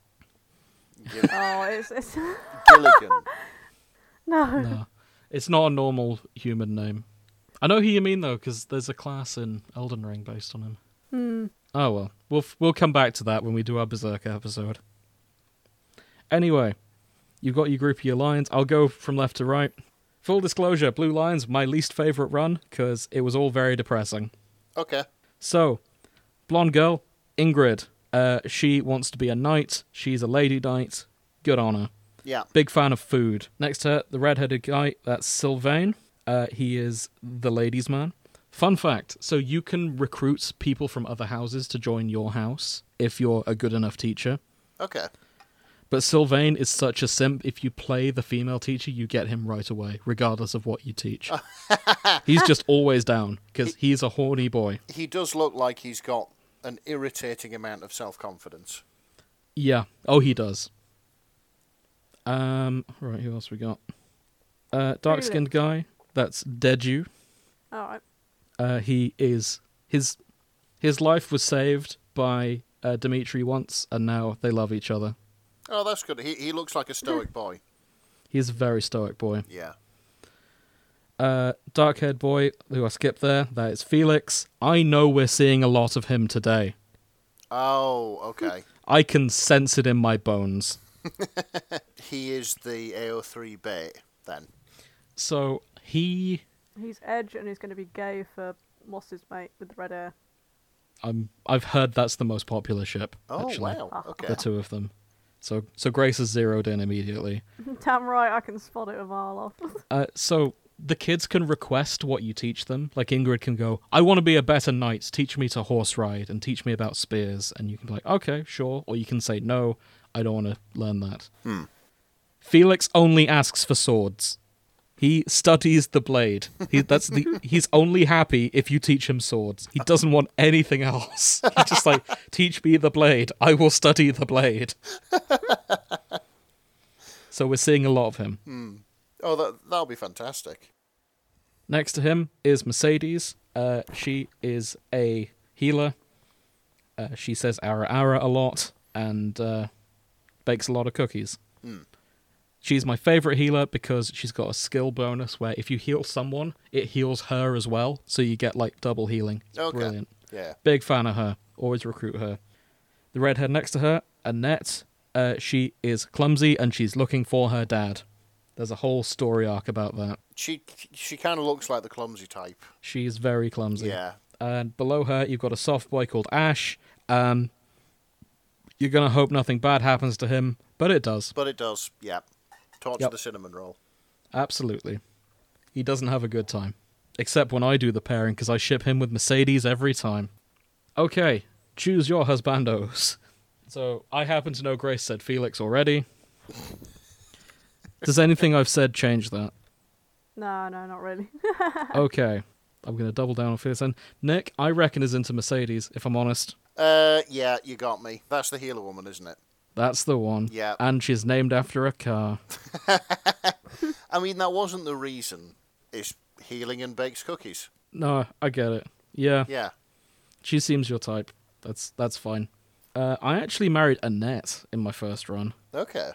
Gil-
Oh, it's it's
Gilligan.
no.
No, it's not a normal human name. I know who you mean though, because there's a class in Elden Ring based on him.
Hmm.
Oh well, we'll f- we'll come back to that when we do our Berserker episode. Anyway, You've got your group of your lines. I'll go from left to right. Full disclosure, Blue Lion's my least favorite run because it was all very depressing.
Okay.
So, blonde girl, Ingrid. Uh, she wants to be a knight. She's a lady knight. Good on her.
Yeah.
Big fan of food. Next to her, the red-headed guy, that's Sylvain. Uh, he is the ladies' man. Fun fact: so you can recruit people from other houses to join your house if you're a good enough teacher.
Okay.
But Sylvain is such a simp. If you play the female teacher, you get him right away, regardless of what you teach. he's just always down because he's a horny boy.
He does look like he's got an irritating amount of self confidence.
Yeah. Oh, he does. Um. Right. Who else we got? Uh, dark-skinned guy. That's Deju.
All right.
Uh, he is his his life was saved by uh, Dimitri once, and now they love each other.
Oh, that's good. He he looks like a stoic boy.
He's a very stoic boy.
Yeah.
Uh, dark haired boy who I skipped there. That is Felix. I know we're seeing a lot of him today.
Oh, okay.
I can sense it in my bones.
he is the AO3 bait then.
So he,
He's Edge and he's going to be gay for what's his mate with the red hair.
I'm I've heard that's the most popular ship.
Oh
actually.
wow.
Ah.
Okay.
the two of them. So so Grace is zeroed in immediately.
Damn right, I can spot it a mile off.
Uh, so the kids can request what you teach them. Like Ingrid can go, I want to be a better knight. Teach me to horse ride and teach me about spears. And you can be like, okay, sure. Or you can say, no, I don't want to learn that. Felix only asks for swords. He studies the blade. He, that's the. He's only happy if you teach him swords. He doesn't want anything else. He's just like, teach me the blade. I will study the blade. so we're seeing a lot of him.
Oh, that that'll be fantastic.
Next to him is Mercedes. Uh, she is a healer. Uh, she says "ara ara" a lot and uh, bakes a lot of cookies.
Hmm.
She's my favorite healer because she's got a skill bonus where if you heal someone, it heals her as well, so you get like double healing. It's
Okay.
Brilliant.
Yeah.
Big fan of her. Always recruit her. The redhead next to her, Annette. Uh, she is clumsy and she's looking for her dad. There's a whole story arc about that.
She she kind of looks like the clumsy type.
She is very clumsy.
Yeah.
and below her you've got a soft boy called Ash. Um, you're gonna hope nothing bad happens to him, but it does.
But it does. Yeah. Torch
Yep.
the cinnamon roll.
Absolutely, he doesn't have a good time, except when I do the pairing because I ship him with Mercedes every time. Okay, choose your husbandos. So I happen to know Grace said Felix already. Does anything I've said change that?
No, no, not really.
Okay, I'm gonna double down on Felix. And Nick, I reckon is into Mercedes. If I'm honest,
Uh, yeah, you got me. That's the healer woman, isn't it?
that's the one.
Yeah.
and she's named after a car.
I mean, that wasn't the reason. It's healing and bakes cookies.
No, I get it. Yeah,
Yeah.
she seems your type. That's that's fine. Uh, I actually married Annette in my first run,
Okay.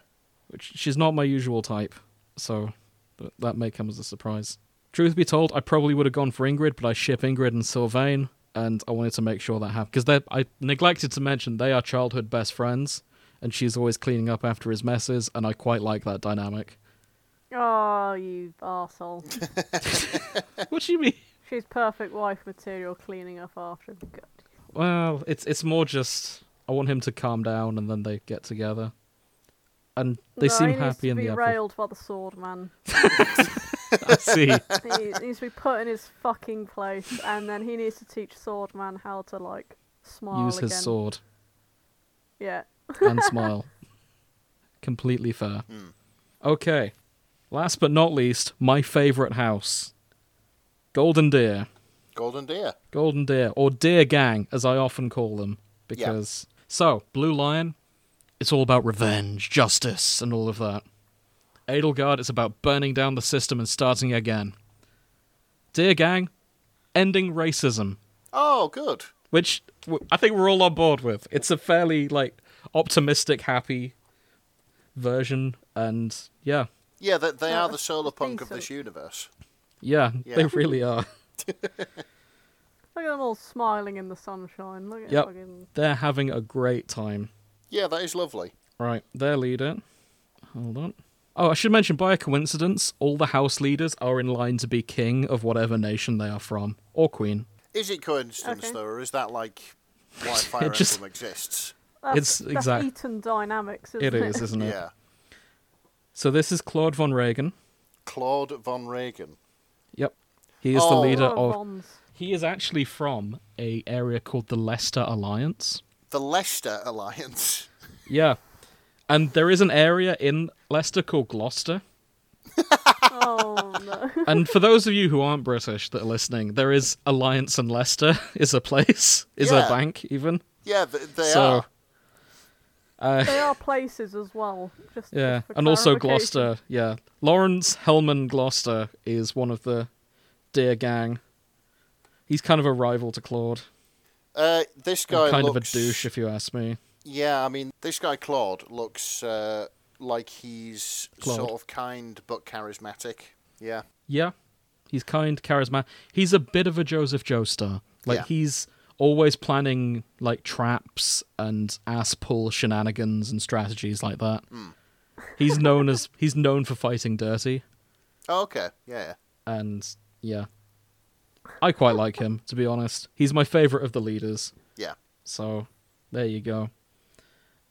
which she's not my usual type, so th- that may come as a surprise. Truth be told, I probably would have gone for Ingrid, but I ship Ingrid and Sylvain, and I wanted to make sure that happened because they I neglected to mention they are childhood best friends, and she's always cleaning up after his messes, and I quite like that dynamic.
oh, you arsehole.
what do you mean?
She's perfect wife material cleaning up after. him. Good.
Well, it's it's more just I want him to calm down, and then they get together, and they
No,
seem
he needs
happy
to
in
be
the apple.
railed by the sword man.
I see.
he needs to be put in his fucking place, and then he needs to teach sword man how to like smile
Use his
again.
sword
Yeah.
and smile. Completely fair. Okay. Last but not least, my favorite house, Golden Deer.
Golden deer.
Golden Deer, or Deer Gang, as I often call them, because so Blue Lion, it's all about revenge, justice, and all of that. Edelgard, it's about burning down the system and starting again. Deer Gang, ending racism,
Oh, good.
which w- I think we're all on board with. It's a fairly like optimistic, happy version, and yeah,
Yeah, they, Oh, they
Yeah,
are the solar punk of
decent.
this universe.
yeah, they
Yeah.
really are.
Look at them all smiling in the sunshine. Look at
Yep.
fucking.
They're having a great time.
Yeah, that is lovely.
Right, their leader. Hold on. Oh, I should mention by a coincidence, all the house leaders are in line to be king of whatever nation they are from or queen.
Is it coincidence
Okay.
though, or is that like why Fire
just-
Emblem exists?
That's,
It's
that's
exact-
Eton dynamics, isn't
It
it?
is, isn't it?
Yeah.
So this is Claude von Reagan.
Claude von Reagan.
Yep. He is the
Oh.
leader
Or
of
Bonds.
He is actually from a area called the Leicester Alliance.
The Leicester Alliance.
Yeah. And there is an area in Leicester called Gloucester.
Oh no.
And for those of you who aren't British that are listening, there is Alliance and Leicester is a place, is
Yeah.
a bank even.
Yeah, th- they
so
are.
uh,
they are places as well. Just
yeah,
just for
and also
clarification.
Gloucester. Yeah, Lawrence Hellman Gloucester is one of the Deer Gang. He's kind of a rival to Claude.
Uh, this
and
guy
kind
looks.
of a douche, if you ask me.
Yeah, I mean, this guy Claude looks uh, like he's
Claude.
sort of kind but charismatic. Yeah,
Yeah, he's kind, charismatic. He's a bit of a Joseph Joestar. Like
Yeah.
he's always planning like traps and ass pull shenanigans and strategies like that.
Hmm.
He's known as he's known for fighting dirty,
Oh, okay. Yeah.
and yeah, I quite like him to be honest. He's my favorite of the leaders.
Yeah.
So there you go.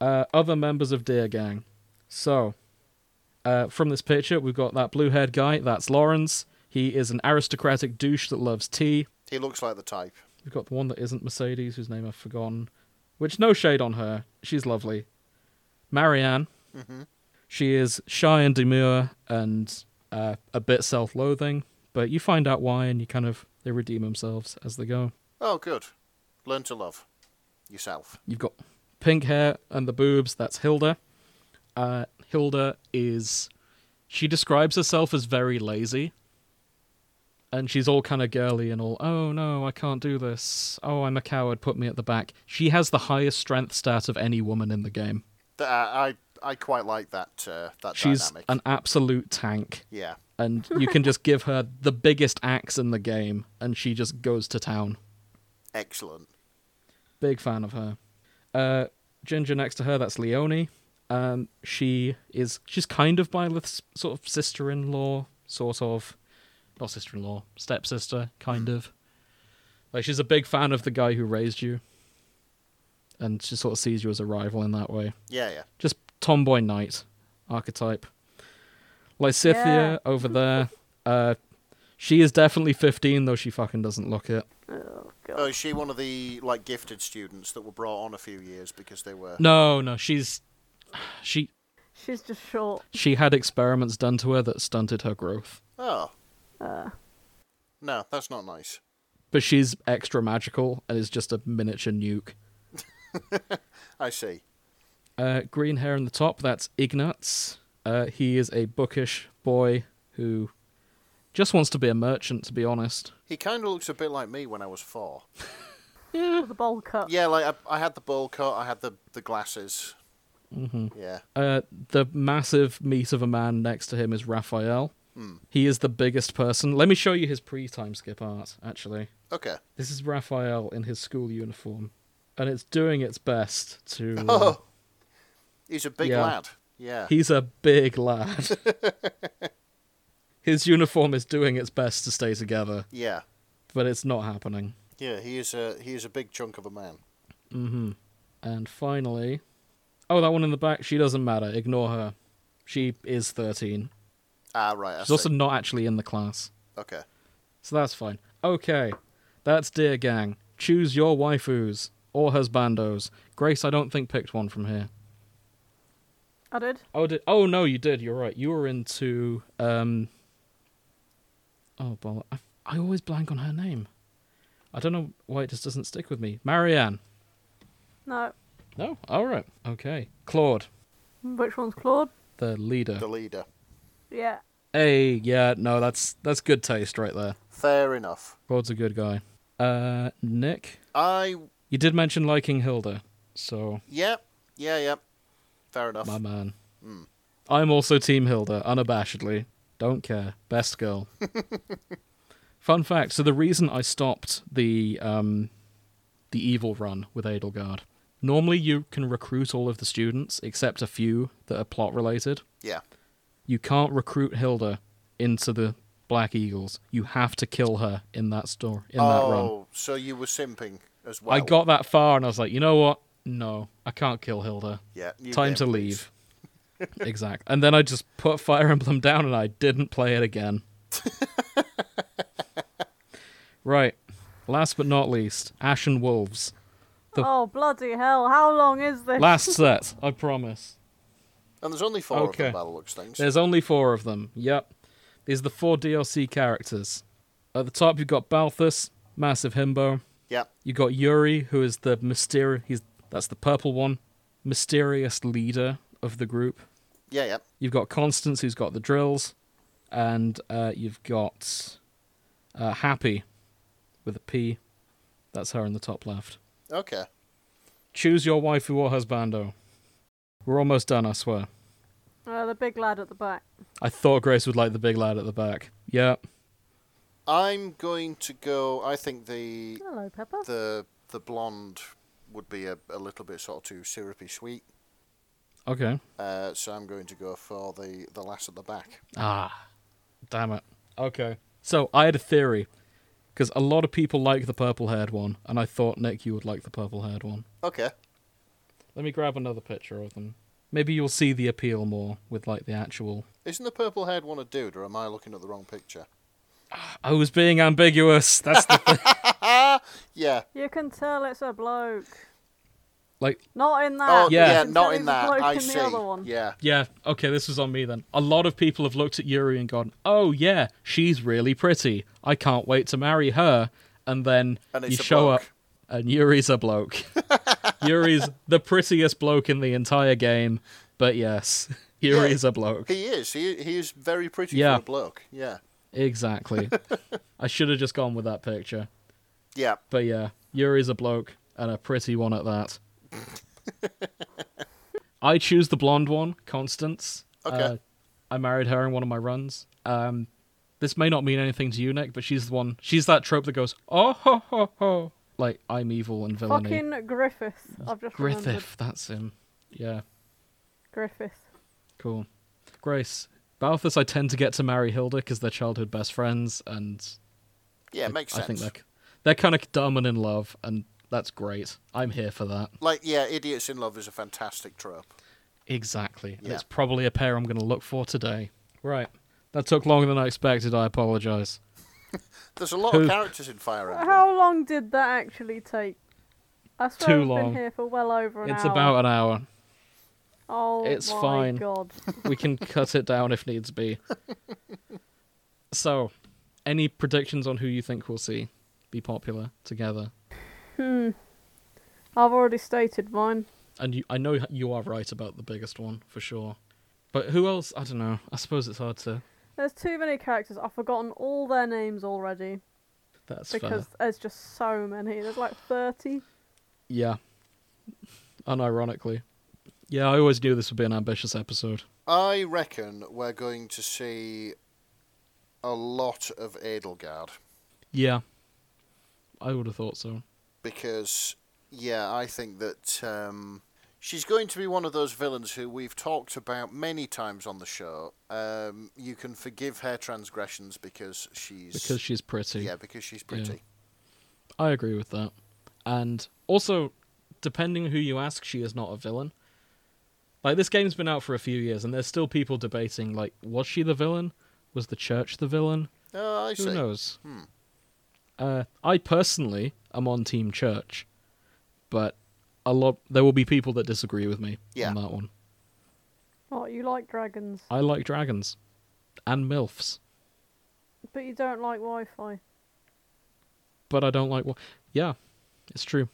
Uh, other members of Deer Gang. So uh, from this picture, we've got that blue haired guy. That's Lawrence. He is an aristocratic douche that loves tea.
He looks like the type.
We've got the one that isn't Mercedes, whose name I've forgotten. Which, no shade on her. She's lovely. Marianne.
Mm-hmm.
She is shy and demure and uh, a bit self loathing, but you find out why and you kind of. They redeem themselves as they go.
Oh, good. Learn to love yourself.
You've got pink hair and the boobs. That's Hilda. Uh, Hilda is. She describes herself as very lazy. And she's all kind of girly and all, oh no, I can't do this. Oh, I'm a coward. Put me at the back. She has the highest strength stat of any woman in the game.
Th- I I, I quite like that uh, that
She's
dynamic.
an absolute tank.
Yeah.
And you can just give her the biggest axe in the game, and she just goes to town.
Excellent.
Big fan of her. Uh, Ginger next to her, that's Leonie. Um, she is she's kind of Byleth's sort of sister-in-law, sort of, not sister-in-law, stepsister, kind of. Like she's a big fan of the guy who raised you, and she sort of sees you as a rival in that way.
Yeah, yeah.
Just tomboy knight archetype. Lysithia
Yeah.
over there. Uh, she is definitely fifteen, though she fucking doesn't look it.
Oh
Oh,
god.
is she one of the like gifted students that were brought on a few years because they were?
No, no, she's she
She's just short.
she had experiments done to her that stunted her growth.
Oh,
Uh,
no, that's not nice.
But she's extra magical and is just a miniature nuke.
I see.
Uh, green hair in the top, that's Ignatz. Uh, he is a bookish boy who just wants to be a merchant, to be honest.
He kind of looks a bit like me when I was four.
with a bowl cut.
Yeah, like I, I had the bowl cut, I had the the glasses. Mm-hmm. Yeah.
Uh, the massive meat of a man next to him is Raphael. He is the biggest person. Let me show you his pre time skip art, actually.
Okay.
This is Raphael in his school uniform, and it's doing its best to. uh,
Oh, he's a big
Yeah.
lad. Yeah.
He's a big lad. His uniform is doing its best to stay together,
Yeah.
but it's not happening.
Yeah. He is a he is a big chunk of a man.
Mm-hmm. And finally, oh, that one in the back, she doesn't matter. Ignore her. She is 13.
Ah, right. I
She's
see.
also not actually in the class,
Okay.
so that's fine. Okay, that's Dear Gang. Choose your waifus or husbandos. Grace, I don't think picked one from here.
I did.
Oh, did, oh no, you did. You're right. You were into um. Oh, boll I, I always blank on her name. I don't know why it just doesn't stick with me. Marianne.
No.
No. All right. Okay. Claude,
Which one's Claude?
the leader.
The leader.
Yeah.
hey, yeah, no, that's that's good taste right there.
Fair enough.
Claude's a good guy. Uh, Nick,
I
you did mention liking Hilda, so
yeah yeah yeah. Fair enough.
my man. I'm also Team Hilda, unabashedly. Don't care. Best girl. Fun fact: so the reason I stopped the um, the evil run with Adelgard. Normally, you can recruit all of the students except a few that are plot related.
Yeah.
You can't recruit Hilda into the Black Eagles. You have to kill her in that store in that run.
oh, so you were simping as well.
I got that far and I was like, you know what? No, I can't kill Hilda.
yeah, new
Time
game,
to
please.
leave. exactly. And then I just put Fire Emblem down and I didn't play it again. right. Last but not least, Ashen Wolves. The-
Oh bloody hell! How long is this?
Last set, I promise.
And there's only four
Okay.
of them by the looks of things.
There's only four of them. Yep. These are the four DLC characters. At the top, you've got Balthus, massive himbo.
Yeah,
You got Yuri, who is the mysterious. He's that's the purple one, mysterious leader of the group.
yeah, yeah.
You've got Constance, who's got the drills, and uh, you've got uh, Happy with a P. That's her in the top left.
Okay.
Choose your waifu or husbando. We're almost done, I swear.
Uh, the big lad at the back.
I thought Grace would like the big lad at the back. Yeah,
I'm going to go. I think the
Hello, Pepper.
the the blonde would be a, a little bit sort of too syrupy sweet.
okay.
Uh, so I'm going to go for the the lass at the back.
Ah, damn it. Okay. So I had a theory, because a lot of people like the purple-haired one, and I thought Nick, you would like the purple-haired one.
Okay.
Let me grab another picture of them. Maybe you'll see the appeal more with like the actual.
Isn't the purple haired one a dude, or am I looking at the wrong picture?
I was being ambiguous. That's the thing.
Yeah.
You can tell it's a bloke.
like.
Not in that.
Oh,
you
yeah.
Yeah.
can Ah, tell
not
he's
in
a
that.
bloke
I
in
see.
The other one.
Yeah.
Yeah, okay, this was on me then. A lot of people have looked at Yuri and gone, "Oh yeah, she's really pretty. I can't wait to marry her." And then
And
you
it's a
show
bloke.
up, and Yuri's a bloke. Yuri's the prettiest bloke in the entire game, but yes, Yuri's a bloke.
He is. He he is very pretty
Yeah.
for a bloke. Yeah.
Exactly. I should have just gone with that picture.
Yeah.
But yeah, Yuri's a bloke and a pretty one at that. I choose the blonde one, Constance.
Okay.
Uh, I married her in one of my runs. Um, this may not mean anything to you, Nick, but she's the one. She's that trope that goes, oh ho ho ho, like I'm evil and villainy.
Fucking Griffith. I've just remembered.
Griffith, that's him. Yeah,
Griffith.
cool. Grace, Balthus. I tend to get to marry Hilda because they're childhood best friends, and
Yeah.
I-
Makes
I
sense.
think they're they're kind of dumb and in love, and that's great. I'm here for that.
Like yeah, idiots in love is a fantastic trope.
Exactly. And
Yeah.
It's probably a pair I'm going to look for today. Right. That took longer than I expected. I apologize.
There's a lot
Who-
of characters in Fire Emblem.
How long did that actually take? I swear
Too
we've
long.
been here for well over an
It's
hour.
about an hour.
Oh
it's
my
fine.
god.
We can cut it down if needs be. So, any predictions on who you think we'll see be popular together?
I've already stated mine.
And you, I know you are right about the biggest one for sure. But who else? I don't know. I suppose it's hard to.
There's too many characters. I've forgotten all their names already
That's fair.
because there's just so many. There's like 30.
Yeah. Unironically. Yeah, I always knew this would be an ambitious episode.
I reckon we're going to see a lot of Edelgard
Yeah. I would have thought so.
because, yeah, I think that um, she's going to be one of those villains who we've talked about many times on the show. Um, you can forgive her transgressions because she's
Because she's pretty.
yeah, because she's pretty.
I agree with that. And also, depending who you ask, she is not a villain. Like this game's been out for a few years, and there's still people debating like, was she the villain? Was the church the villain?
Oh, I
Who
see.
knows?
Hmm.
Uh, I personally am on Team Church, but a lot there will be people that disagree with me
Yeah.
on that one.
Oh, you like dragons,
I like dragons and milfs.
but you don't like Wi Fi.
but I don't like. Wa- yeah, it's true.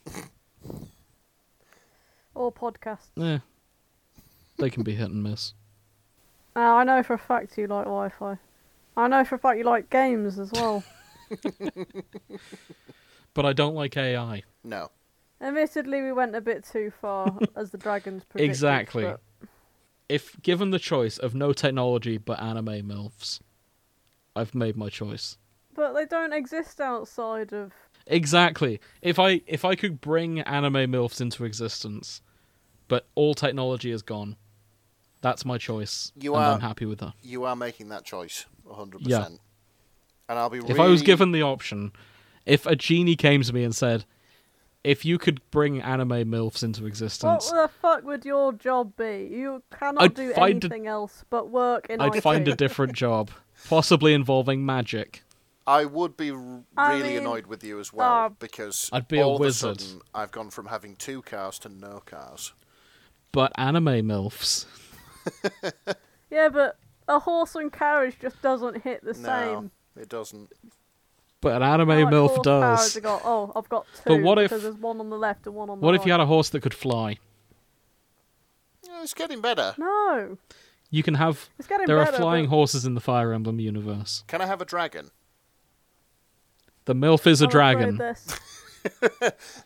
Or podcasts.
Eh, they can be hit and miss.
Now, Uh, I know for a fact you like Wi Fi. I know for a fact you like games as well.
But I don't like AI.
No,
Admittedly, we went a bit too far as the dragons predicted.
Exactly.
but
If given the choice of no technology but anime milfs, I've made my choice.
But they don't exist outside of.
Exactly. If I if I could bring anime milfs into existence, but all technology is gone, That's my choice.
You
and
are-
I'm happy with that.
You are making that choice, 100%.
Yeah.
And I'll be
If I was given the option, if a genie came to me and said, "If you could bring anime milfs into
What
existence,
the fuck would your job be? You cannot
I'd
do
find a-
anything else but work in
I'd
IT.
find a different job, possibly involving magic."
I would be r- really
I mean,
annoyed with you as well
uh,
because
I'd be a
all
wizard.
of a sudden I've gone from having two cars to no cars.
But anime milfs,
Yeah, but a horse and carriage just doesn't hit
No,
the same.
it doesn't.
but an anime
How much
milf
horsepower has
does.
it got? Oh, I've got two.
But what if-
because there's one on the left and one on the
What
right.
if you had a horse that could fly?
Yeah, It's getting better.
No,
You can have.
it's getting
There are
better.
flying
but-
horses in the Fire Emblem universe.
Can I have a dragon?
The milf is a
I'm afraid
dragon.
this-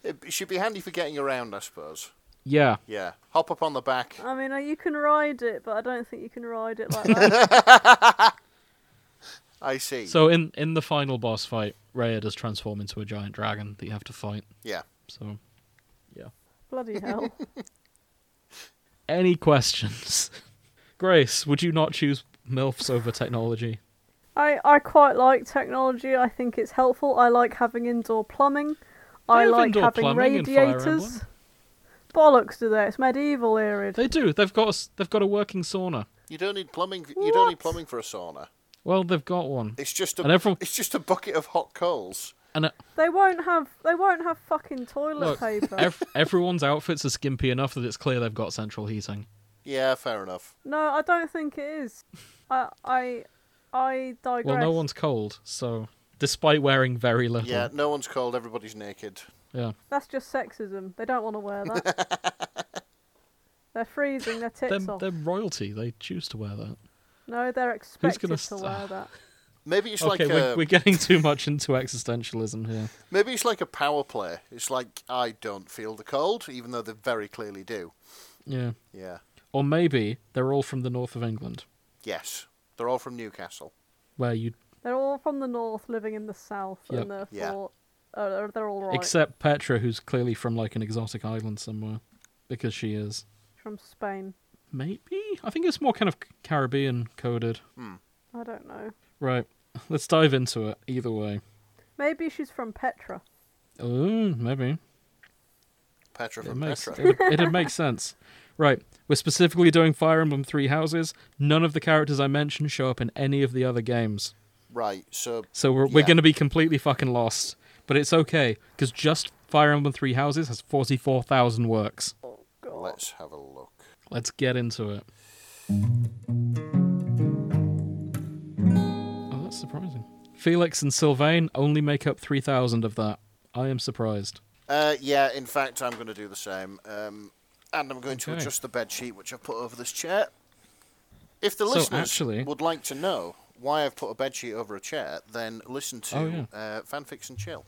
It it should be handy for getting around, I suppose.
Yeah.
Yeah, hop up on the back.
I mean, uh, you can ride it, but I don't think you can ride it like that.
I see.
So in in the final boss fight, Raya does transform into a giant dragon that you have to fight.
yeah,
So, yeah.
Bloody hell.
Any questions? Grace, would you not choose milfs over technology?
I, I quite like technology. I think it's helpful. I like having indoor plumbing.
They
I
have
like
indoor
having
plumbing in Fire
radiators. Bollocks do they? It's medieval era.
They do. They've got a, s- they've got a working sauna.
you don't need plumbing. You don't need
What?
plumbing for a sauna.
Well, they've got one.
It's just a.
And everyone-
It's just a bucket of hot coals.
And uh,
They won't have they won't have fucking toilet
Look,
paper.
ev- everyone's outfits are skimpy enough that it's clear they've got central heating.
Yeah, fair enough.
No, I don't think it is. I I I digress.
Well, no one's cold, so despite wearing very little.
Yeah, no one's cold. Everybody's naked.
yeah.
That's just sexism. They don't want to wear that. they're freezing their tits
They're,
off.
they're royalty. They choose to wear that.
No, they're expected to
st-
wear that.
Maybe it's
okay,
like uh,
we're,
a.
we're getting too much into existentialism here.
Maybe it's like a power play. It's like I don't feel the cold, even though they very clearly do.
Yeah.
Yeah.
Or maybe they're all from the north of England,
Yes. They're all from Newcastle.
where you
They're all from the north, living in the south,
Yep.
and
Yeah.
therefore, uh, they're- they're all right.
except Petra, who's clearly from like an exotic island somewhere, because she is
from Spain.
maybe. I think it's more kind of Caribbean coded.
Hmm.
I don't know.
Right. Let's dive into it. Either way.
Maybe she's from Petra.
Oh, maybe.
Petra
It
from
makes
Petra.
it, it'd make sense. Right. We're specifically doing Fire Emblem Three Houses. None of the characters I mentioned show up in any of the other games.
Right. So
So we're, we're
Yeah.
going to be completely fucking lost. But it's okay, because just Fire Emblem Three Houses has 44,000 works.
God.
let's have a look.
Let's get into it. Oh, that's surprising. Felix and Sylvain only make up 3,000 of that. I am surprised.
Uh, yeah. In fact, I'm going to do the same. Um, and I'm going to
Okay.
adjust the bed sheet which I've put over this chair. If the
So,
listeners
actually-
would like to know why I've put a bed sheet over a chair, then listen to
Oh, yeah. Hmm.
uh, Fanfics and Chill,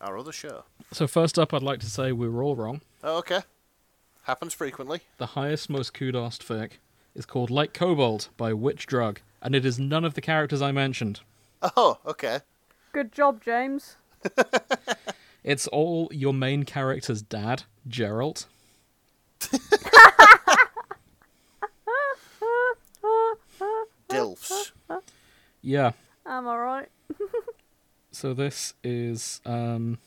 our other show.
So, first up, I'd like to say we were all wrong.
Oh, okay. Happens frequently.
The highest, most kudos fic is called Like Kobold by Witch Drug, and it is none of the characters I mentioned.
Oh, okay.
Good job, James.
It's all your main character's dad, Gerald.
Dilfs.
Yeah.
Am I right?
So this is um,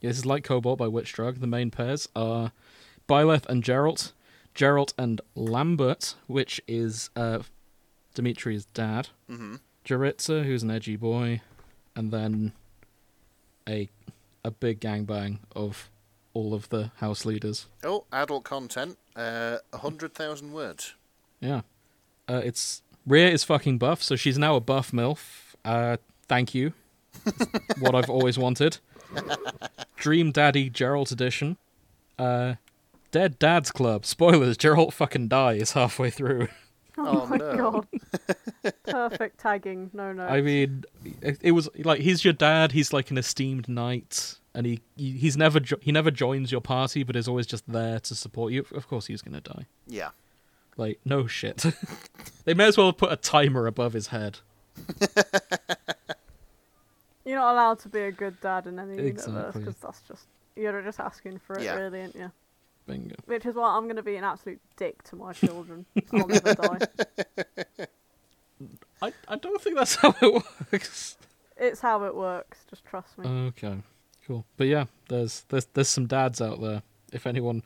yeah, this is like Cobalt by Witch Drug. The main pairs are Byleth and Geralt, Geralt and Lambert, which is uh, Dimitri's dad,
Mhm.
Jaritza, who's an edgy boy, and then a a big gangbang of all of the house leaders.
Oh, adult content. Uh, 100,000 words.
Yeah, uh, it's Rhea is fucking buff, so she's now a buff milf. Uh, thank you. It's what I've always wanted. Dream Daddy Gerald edition. Uh, Dead Dad's Club. Spoilers: Gerald fucking dies halfway through.
Oh,
my
no.
god. Perfect tagging. No, no.
I mean, it, it was like he's your dad. He's like an esteemed knight, and he he- he's never jo- he never joins your party, but is always just there to support you. Of course, he's gonna die.
Yeah.
Like, no shit. they may as well have put a timer above his head.
You're not allowed to be a good dad in any universe
Exactly.
because that's just you're just asking for it,
Yeah.
really, aren't you?
Bingo.
Which is why I'm going to be an absolute dick to my children. I'll never die.
I, I don't think that's how it works.
It's how it works. Just trust me.
Okay, cool. But yeah, there's there's there's some dads out there. If anyone,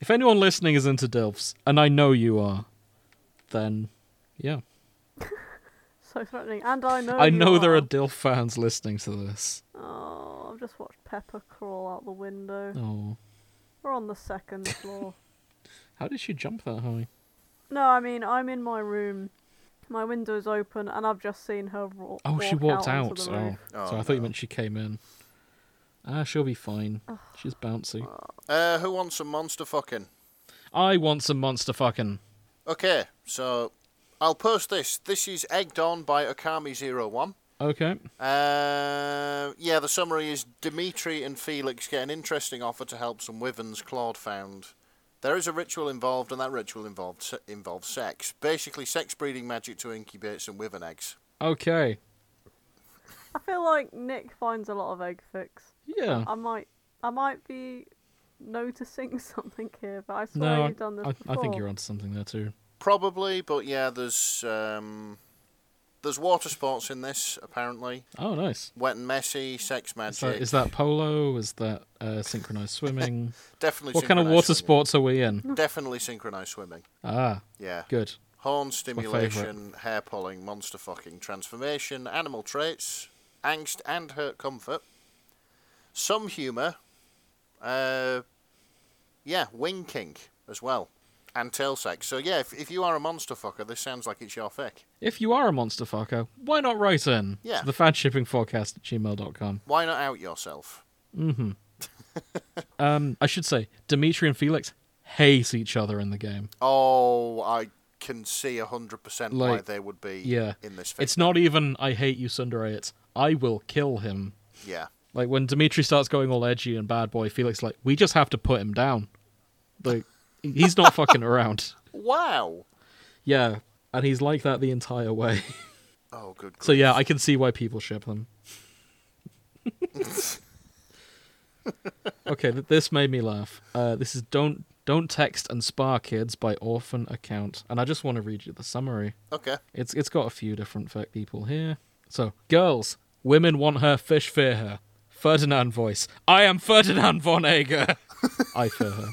if anyone listening is into DILFs, and I know you are, then yeah,
so threatening. And I know.
I
you
know there are
are.
DILF fans listening to this.
Oh, I've just watched Pepper crawl out the window.
Oh,
We're on the second floor.
how did she jump that high?
No, I mean I'm in my room. My window's open, and I've just seen her walk.
Oh, she
walk
walked
out.
out.
onto the
Oh,
roof.
Oh,
so I thought you
no.
meant she came in. Ah, she'll be fine. She's bouncy.
Uh, who wants some monster fucking?
I want some monster fucking.
Okay, so I'll post this. This is egged on by Okami01.
Okay.
Uh, yeah, the summary is Dimitri and Felix get an interesting offer to help some Wyverns Claude found. There is a ritual involved, and that ritual involved se- involves sex. Basically, sex breeding magic to incubate some Wyvern eggs.
Okay.
I feel like Nick finds a lot of egg fix.
Yeah.
I might, I might be noticing something here, but I swear
No,
you've done this
I, I
before.
think you're onto something there too.
Probably, but yeah, there's um, there's water sports in this apparently.
Oh, nice.
Wet and messy, sex magic.
Is that, is that polo? Is that uh, synchronized swimming?
definitely
what kind of
synchronized
water
swimming.
sports are we in?
Definitely synchronized swimming.
Ah,
Yeah.
good.
Horn stimulation, hair pulling, monster fucking, transformation, animal traits, angst and hurt comfort, some humour, uh, yeah, wing kink as well, and tail sex. So yeah, if, if you are a monster fucker, this sounds like it's your fic.
If you are a monster fucker, why not write in?
Yeah.
To the fadshippingforecast at gmail.com.
Why not out yourself?
Mm-hmm. Um, I should say, Dimitri and Felix hate each other in the game.
Oh, I can see hundred percent why
Like,
they would be
yeah.
in this fic.
It's not even, I hate you, Sundere, it's, I will kill him.
yeah,
Like, when Dimitri starts going all edgy and bad boy, Felix, like, we just have to put him down. Like, he's not fucking around.
wow.
Yeah. And he's like that the entire way.
Oh, good.
So yeah, I can see why people ship them. okay, th- this made me laugh. Uh, this is don't don't text and spar kids by orphan account, and I just want to read you the summary.
Okay.
It's it's got a few different fe- people here. So girls, women want her, fish fear her. Ferdinand voice. I am Ferdinand von Eger. I fear her.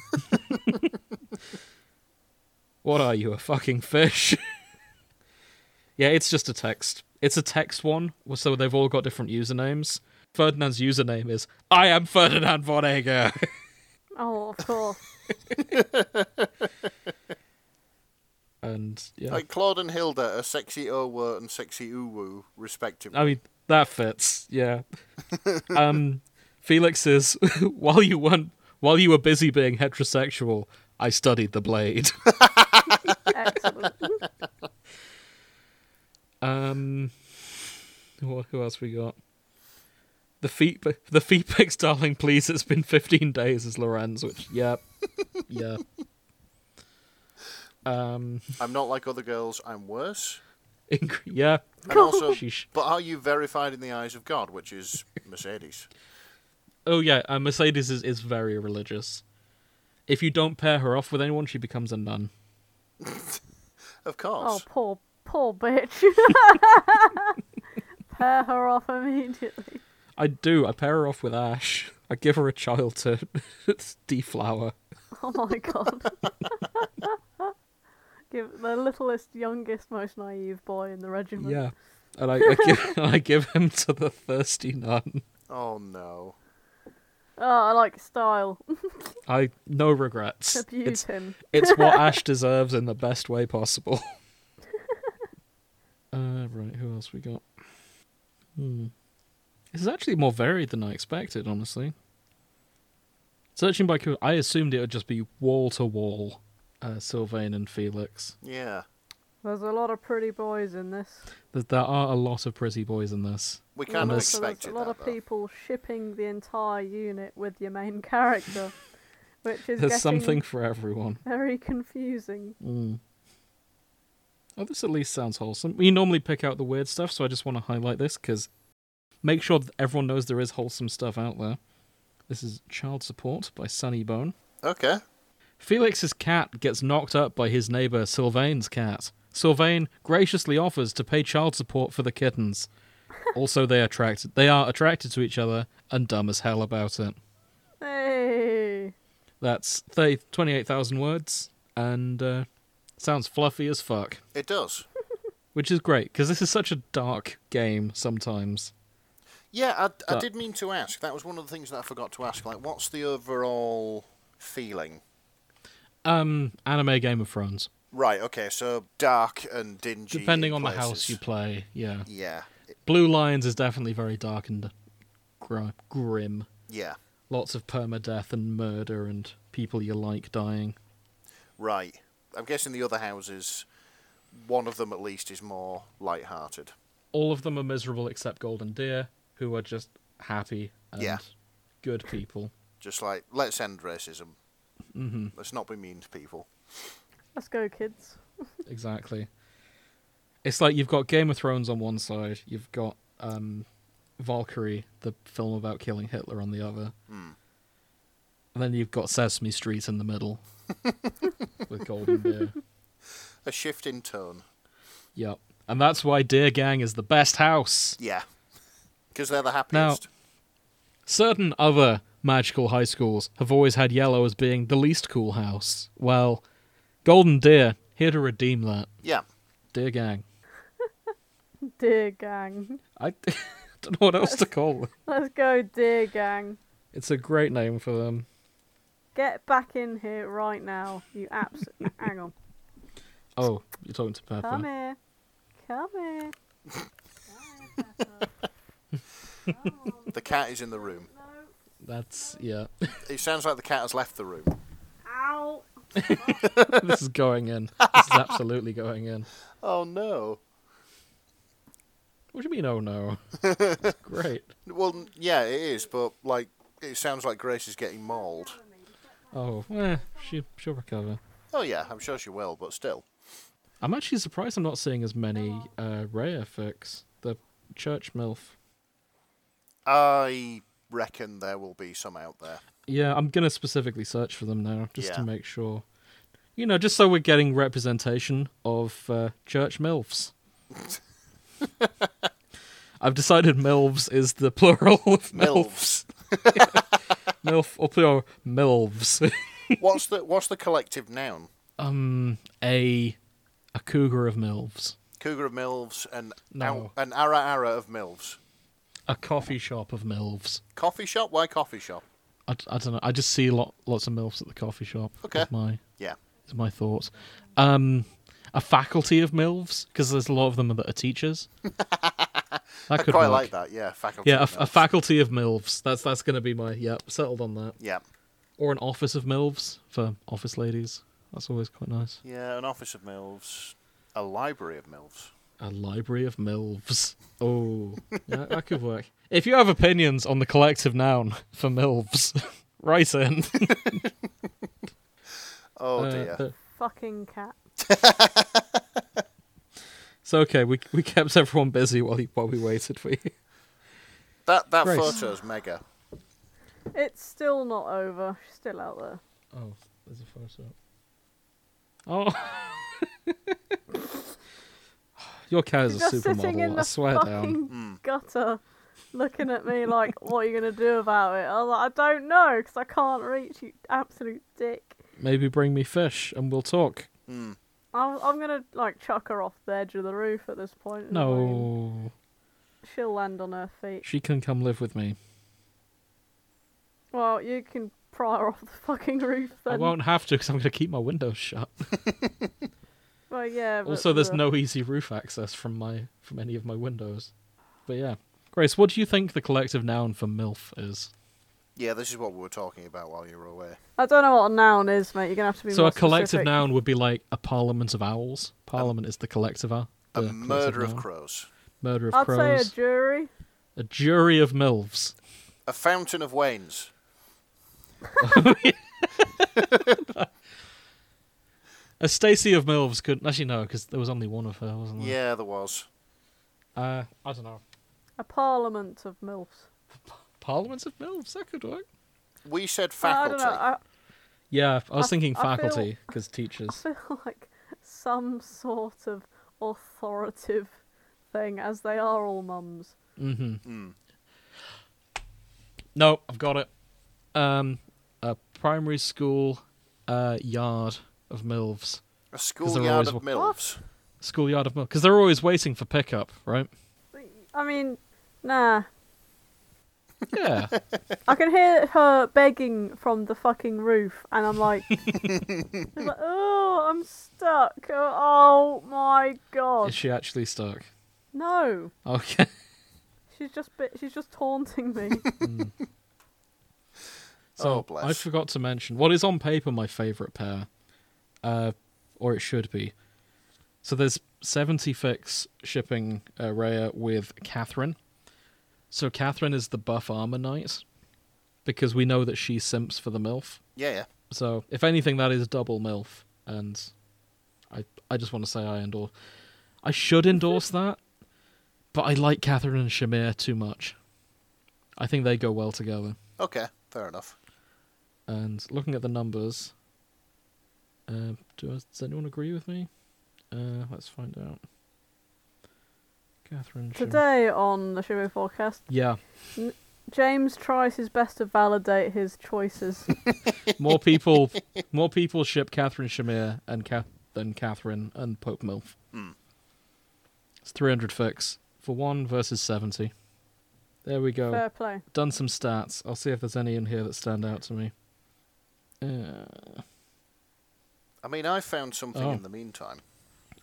what are you, a fucking fish? yeah, it's just a text. It's a text one, so they've all got different usernames. Ferdinand's username is I am Ferdinand von Eger.
Oh, of course.
and yeah,
Like Claude and Hilda are sexy Owo and sexy Uwu, respectively.
I mean, that fits. Yeah. um, Felix is while you weren't while you were busy being heterosexual, I studied the blade.
Excellent.
um, who, who else we got? The feet, the feet pics, darling. Please, it's been fifteen days. Is Lorenz? Which, yeah, yeah. Um,
I'm not like other girls, I'm worse.
inc- yeah.
And also,
She sh-
but are you verified in the eyes of God, which is Mercedes?
Oh yeah, uh, Mercedes is, is very religious. If you don't pair her off with anyone, she becomes a nun.
Of
Oh,
course.
poor, poor bitch. Pair her off immediately.
I do. I pair her off with Ash. I give her a child to deflower.
Oh my god. Give the littlest, youngest, most naive boy in the regiment.
Yeah. And I, I, give, and I give him to the thirsty nun.
Oh, no.
Oh, I like style.
I no regrets.
Abuse
It's,
him.
it's what Ash deserves in the best way possible. uh, right, who else we got? Hmm. This is actually more varied than I expected, honestly. Searching by Q, I assumed it would just be wall to wall, uh, Sylvain and Felix.
Yeah.
There's a lot of pretty boys in this.
There, there are a lot of pretty boys in this.
We kind
And
of
there's-
so there's
expected
a lot
that,
of
though.
people shipping the entire unit with your main character, which is
There's
getting
something for everyone.
very confusing.
Oh, this at least sounds wholesome. We normally pick out the weird stuff, so I just want to highlight this because make sure that everyone knows there is wholesome stuff out there. This is Child Support by Sunny Bone.
Okay.
Felix's cat gets knocked up by his neighbor Sylvain's cat. Sylvain graciously offers to pay child support for the kittens. Also, they attract they are attracted to each other and dumb as hell about it.
Hey.
That's 30 28,000 words and uh, sounds fluffy as fuck,
It does.
which is great because this is such a dark game sometimes.
Yeah, I, I
But-
did mean to ask. That was one of the things that I forgot to ask. Like, what's the overall feeling?
Um, anime Game of Thrones.
Right. Okay. So dark and dingy.
Depending
in
on the house
places.
you play, yeah.
Yeah. it-
Blue Lions is definitely very dark and gr- grim.
Yeah.
Lots of permadeath and murder and people you like dying.
Right. I'm guessing the other houses, one of them at least, is more light-hearted.
All of them are miserable except Golden Deer, who are just happy and
Yeah.
good people.
Just like let's end racism.
hmm
Let's not be mean to people.
Let's go, kids.
Exactly. It's like you've got Game of Thrones on one side, you've got um, Valkyrie, the film about killing Hitler, on the other,
Hmm.
and then you've got Sesame Street in the middle with Golden Deer.
A shift in tone.
Yep. And that's why Deer Gang is the best house.
Yeah. Because they're the happiest.
Certain other magical high schools have always had yellow as being the least cool house. Well, Golden Deer, here to redeem that.
Yeah.
Deer Gang.
Dear gang.
I don't know what else to call them.
Let's go, dear gang.
It's a great name for them.
Get back in here right now. You abs. Hang on.
Oh, you're talking to Pepper.
Come here. Come here.
The cat is in the room.
That's yeah.
It sounds like the cat has left the room.
Ow.
this is going in. This is absolutely going in.
Oh no.
What do you mean? Oh no! It's great.
Well, yeah, it is, but like, it sounds like Grace is getting mauled.
Oh, eh, she she'll recover.
Oh yeah, I'm sure she will, but still.
I'm actually surprised I'm not seeing as many uh, Rhea fix the church milf.
I reckon there will be some out there.
Yeah, I'm gonna specifically search for them now just to
Yeah.
make sure. You know, just so we're getting representation of uh, church milfs. I've decided milves is the plural of milfs.
Milves.
Milf or plural milves.
what's the What's the collective noun?
um, a a cougar of milves,
Cougar of Milves and
No.
an Ara Ara of Milves.
a coffee shop of milves.
Coffee shop? Why coffee shop?
I, don't know. I just see lot lots of milfs at the coffee shop. is
Okay.
my
Yeah.
is my thoughts. Um, a faculty of milves because there's a lot of them that are teachers. That
I
could
quite
work.
like that. Yeah, faculty.
Yeah, a,
of
a
Milves.
faculty of milves. That's that's going to be my yep. Settled on that.
Yeah.
Or an office of milves for office ladies. That's always quite nice.
Yeah, an office of Milves, a library of Milves.
A library of milves. Oh, yeah, that could work. If you have opinions on the collective noun for milves, write in.
Oh
Uh,
dear.
the-
Fucking cat.
it's okay. We we kept everyone busy while you, while we waited for you.
that that
Grace.
photo's mega.
It's still not over. She's still out there.
Oh, there's a photo. Oh. Your cat is
She's
a
just sitting in
supermodel.
the
I swear down.
fucking
Hmm,
gutter, looking at me like, "What are you gonna do about it?" I was like, "I don't know, because I can't reach you, absolute dick."
Maybe bring me fish and we'll talk.
Mm.
I'm, I'm gonna like chuck her off the edge of the roof at this point. and, like,
No,
she'll land on her feet.
she can come live with me.
Well, you can pry her off the fucking roof then.
I won't have to because I'm going to keep my windows shut.
Well, yeah. but
also, there's
the-
no easy roof access from my from any of my windows. But yeah, Grace, what do you think the collective noun for milf is?
Yeah, this is what we were talking about while you were away.
I don't know what a noun is, mate. You're gonna have to be.
so
more
a collective
specific.
noun would be like a parliament of owls. Parliament is the collective. Uh,
A
the
murder
collective
of
noun.
crows.
Murder of
I'd
crows.
say a jury.
A jury of milfs.
A fountain of wains.
A Stacy of milfs could actually no, because there was only one of her, wasn't there?
Yeah, there was.
Yeah. Uh, I don't know.
A parliament of milfs.
Parliaments of milfs. That could work.
We said
I
faculty.
don't know. I,
Yeah, I was
I-
thinking
I feel-
faculty because
I
teachers.
feel like some sort of authoritative thing, as they are all mums.
No, Mm-hmm. I've got it. Um, a primary school uh, yard of milves.
A
always
schoolyard of
wa-
milfs.
Schoolyard of milves. Because they're always waiting for pickup, right?
I mean, nah.
Yeah.
I can hear her begging from the fucking roof, and I'm like, I'm like, oh, I'm stuck. Oh, oh my god.
Is she actually stuck?
No,
Okay.
she's just bit, she's just taunting me.
So
Oh, bless.
I forgot to mention what is on paper my favourite pair, uh, or it should be. So there's 70 fix shipping uh, Raya with Catherine. So Catherine is the buff armor knight, because we know that she simps for the milf.
Yeah, yeah.
So if anything, that is double milf, and I I just want to say I endorse. I should endorse that, but I like Catherine and Shamir too much. I think they go well together.
Okay, fair enough.
And looking at the numbers, uh, do I, does anyone agree with me? Uh, let's find out. Catherine. Shim-
Today on the Shimo Forecast,
Yeah,
James tries his best to validate his choices.
more people, more people ship Catherine Shamir and Ca- than Catherine and Pope Milf.
Hmm.
It's three hundred fix for one versus seventy. There we go.
Fair play.
Done some stats. I'll see if there's any in here that stand out to me. Uh,
I mean, I found something
Oh.
in the meantime.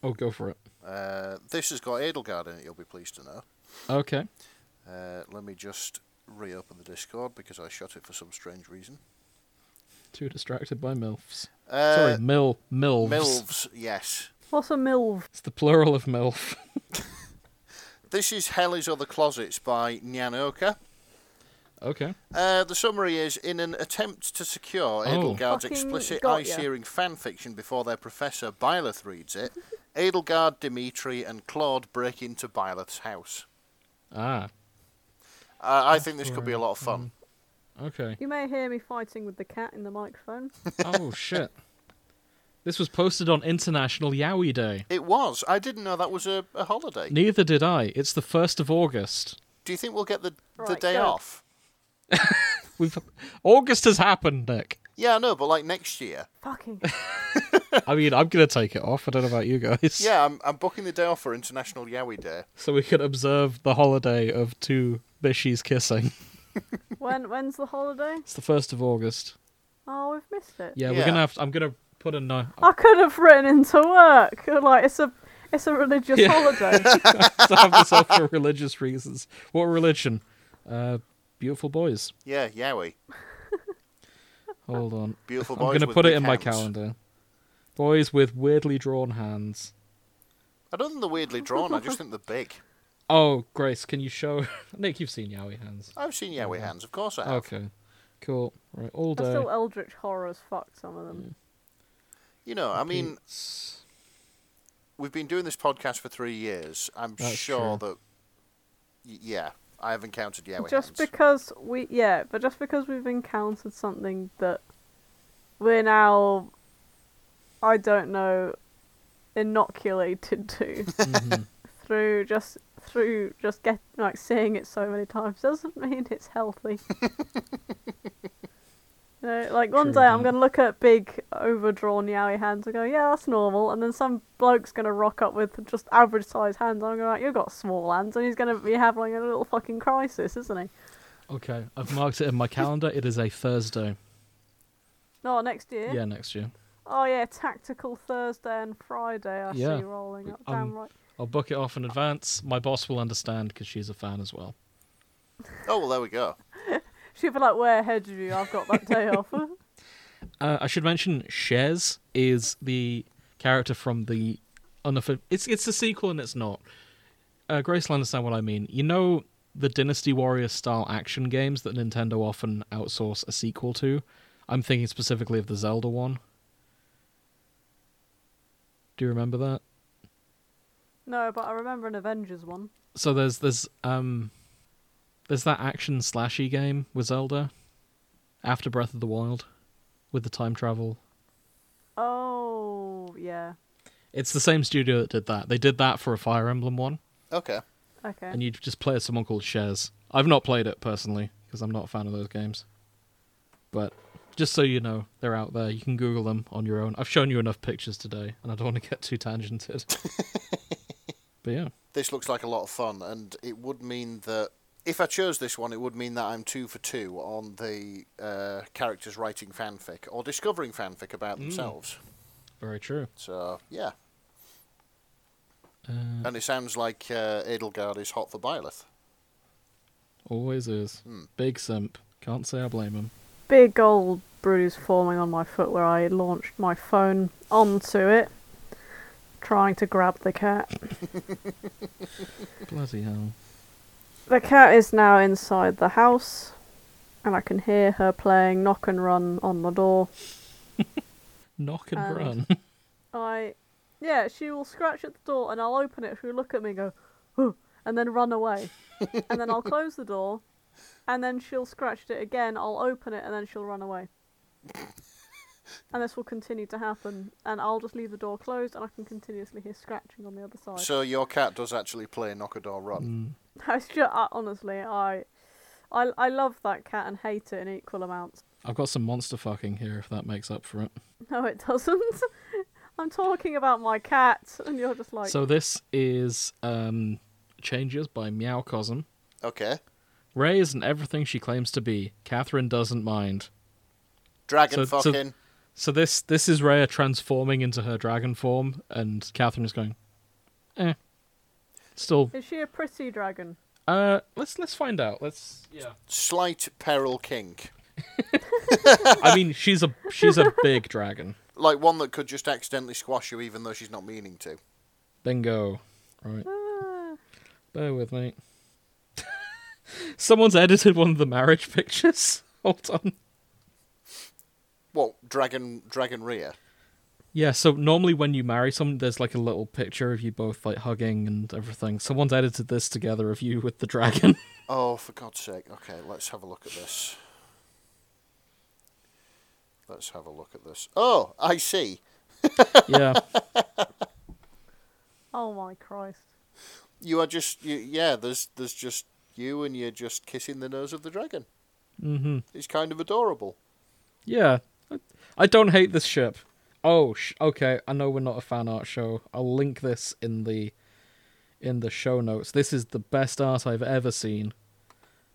oh, go for it.
Uh, this has got Edelgard in it, you'll be pleased to know.
Okay.
Uh, let me just reopen the Discord because I shut it for some strange reason.
Too distracted by milfs.
Uh,
Sorry, mill milves.
Milves, yes.
What's a milv?
It's the plural of E milf.
This is Hellies or the Closets by Nyanoka.
okay.
Uh, the summary is in an attempt to secure
Oh.
Edelgard's
Fucking
explicit
got
eye
ya.
searing fanfiction before their professor Byleth reads it, Edelgard, Dimitri, and Claude break into Byleth's house.
Ah.
Uh, I think this could be a lot of fun.
Mm-hmm. Okay.
You may hear me fighting with the cat in the microphone.
oh shit. This was posted on International Yowie Day.
It was. I didn't know that was a, a holiday.
Neither did I. It's the first of August.
Do you think we'll get the, the
Right,
day
go.
off?
We've August has happened, Nick.
Yeah, I know, but like next year.
Fucking.
I mean, I'm gonna take it off. I don't know about you guys.
Yeah, I'm, I'm booking the day off for International Yowie Day.
So we can observe the holiday of two bishies kissing.
When when's the holiday?
It's the first of August.
Oh, we've missed it.
Yeah,
Yeah.
we're gonna have. To, I'm gonna put a no.
I could have written into work. Like it's a it's a religious
Yeah.
holiday.
to have this off for religious reasons. What religion? Uh, beautiful boys.
Yeah, Yowie.
Hold on.
Beautiful
I'm
boys.
going to
with
put it
big
in my
hands.
calendar. Boys with weirdly drawn hands.
I don't think they're weirdly drawn, I just think they're big.
Oh, Grace, can you show Nick? You've seen Yowie hands.
I've seen Yowie hands, of course I have.
Okay, cool. Right, all
They're
day.
still eldritch horror as fuck. Some of them.
You know, I mean,
It's-
we've been doing this podcast for three years. I'm
That's
sure
true.
that. Y- yeah, I have encountered Yowie
just
hands.
because we yeah, but just because we've encountered something that we're now, I don't know, inoculated to
Mm-hmm.
through just through just get like seeing it so many times doesn't mean it's healthy. you know, like one
True
day I'm
that.
gonna look at big overdrawn yowie hands and go, yeah, that's normal, and then some bloke's gonna rock up with just average sized hands and I'm gonna be like, you've got small hands, and he's gonna be having a little fucking crisis, isn't he?
okay, I've marked it in my calendar. It is a Thursday.
No, next year.
Yeah, next year.
Oh yeah, tactical Thursday and Friday. I
Yeah.
see rolling up.
Um,
Damn right.
I'll book it off in advance. My boss will understand because she's a fan as well.
Oh, well, there we go.
She'd be like, "Where ahead of you? I've got that day off."
Uh, I should mention Shez is the character from the unofficial. It's it's a sequel and it's not. Uh, Grace will understand what I mean. You know the Dynasty Warriors style action games that Nintendo often outsource a sequel to. I'm thinking specifically of the Zelda one. Do you remember that?
No, but I remember an Avengers one.
So there's there's um there's that action slashy game with Zelda after Breath of the Wild. with the time travel.
Oh, yeah.
It's the same studio that did that. They did that for a Fire Emblem one,
Okay.
Okay.
and you just play as someone called Shares. I've not played it personally because I'm not a fan of those games. But just so you know, they're out there. You can Google them on your own. I've shown you enough pictures today, and I don't want to get too tangented. but yeah,
This looks like a lot of fun, and it would mean that if I chose this one, it would mean that I'm two for two on the uh, characters writing fanfic or discovering fanfic
Mm.
about themselves.
very true.
So yeah,
Uh,
and it sounds like uh, Edelgard is hot for Byleth.
always is. Big simp. Can't say I blame him.
Big old bruise forming on my foot where I launched my phone onto it, trying to grab the cat.
Bloody hell.
The cat is now inside the house, and I can hear her playing knock and run on the door.
Knock and
And-
run.
I, yeah, she will scratch at the door, and I'll open it. She'll look at me, and go, "Huh," and then run away, and then I'll close the door, and then she'll scratch at it again. I'll open it, and then she'll run away. And this will continue to happen, and I'll just leave the door closed, and I can continuously hear scratching on the other side.
So your cat does actually play knock a door run.
Mm.
It's ju- I- honestly, I, I, I love that cat and hate it in equal amounts.
I've got some monster fucking here if that makes up for it.
No, it doesn't. I'm talking about my cat, and you're just like,
so this is um, Changes by Meowcosm.
Okay,
Ray isn't everything she claims to be. Catherine doesn't mind.
dragon
So- so-
fucking.
So this this is Raya transforming into her dragon form, and Catherine is going, eh. Still,
is she a pretty dragon?
uh, let's let's find out. Let's. Yeah.
Slight peril kink,
I mean, she's a she's a big dragon.
like one that could just accidentally squash you, even though she's not meaning to.
Bingo. Right.
Ah,
Bear with me. Someone's edited one of the marriage pictures. Hold on.
What dragon? Dragon Rhea.
Yeah, so normally when you marry someone, there's like a little picture of you both like hugging and everything. Someone's edited this together of you with the dragon.
Oh, for God's sake. Okay, let's have a look at this. Let's have a look at this. Oh, I see.
yeah,
oh my Christ!
You are just you, yeah, there's there's just you and you're just kissing the nose of the dragon.
mm-hmm.
It's kind of adorable.
yeah. I- I don't hate this ship. Oh, sh- okay. I know we're not a fan art show. I'll link this in the in the show notes. This is the best art I've ever seen.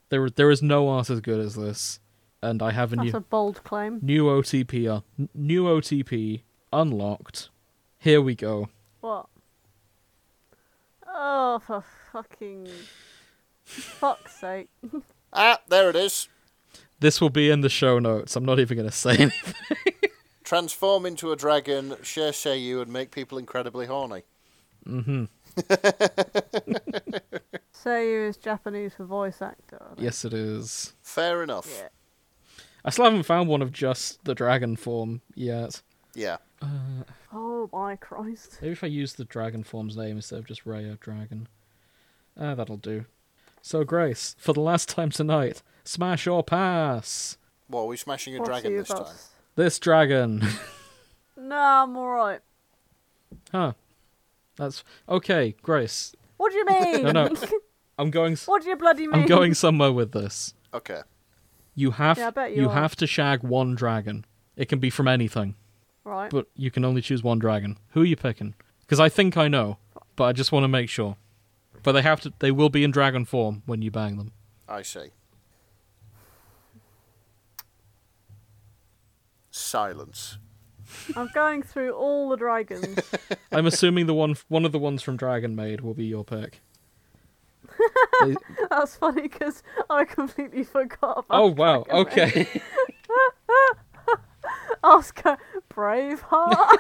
There, there is no art as good as this, and I have a
That's
new
a bold claim.
new OTP. uh, n- New OTP unlocked. Here we go.
What? Oh, for fucking fuck's sake!
Ah, there it is.
This will be in the show notes. I'm not even going to say anything.
Transform into a dragon, share say you and make people incredibly horny.
Mm-hmm.
Seiyu is Japanese for voice actor. I think.
yes, it is.
Fair enough.
Yeah.
I still haven't found one of just the dragon form yet.
Yeah.
Oh my Christ!
Maybe if I use the dragon form's name instead of just Raya Dragon. Ah, that'll do. So, Grace, for the last time tonight, smash or pass
Well, we're smashing a
What are
dragon
you
this
about
time.
s-
this dragon.
Nah, I'm alright.
huh. That's. Okay, Grace.
What do you mean?
No, no. I'm going. s-
what do you bloody mean?
I'm going somewhere with this.
Okay.
You have
Yeah, I bet you
you
are.
have to shag one dragon. It can be from anything,
Right.
but you can only choose one dragon. Who are you picking? Because I think I know, but I just want to make sure. But they have to. They will be in dragon form when you bang them.
I see. Silence.
I'm going through all the dragons.
I'm assuming the one one of the ones from Dragon Maid will be your pick. They-
That's funny because I completely forgot about.
oh wow.
Dragon Maid.
Okay.
Oscar Braveheart,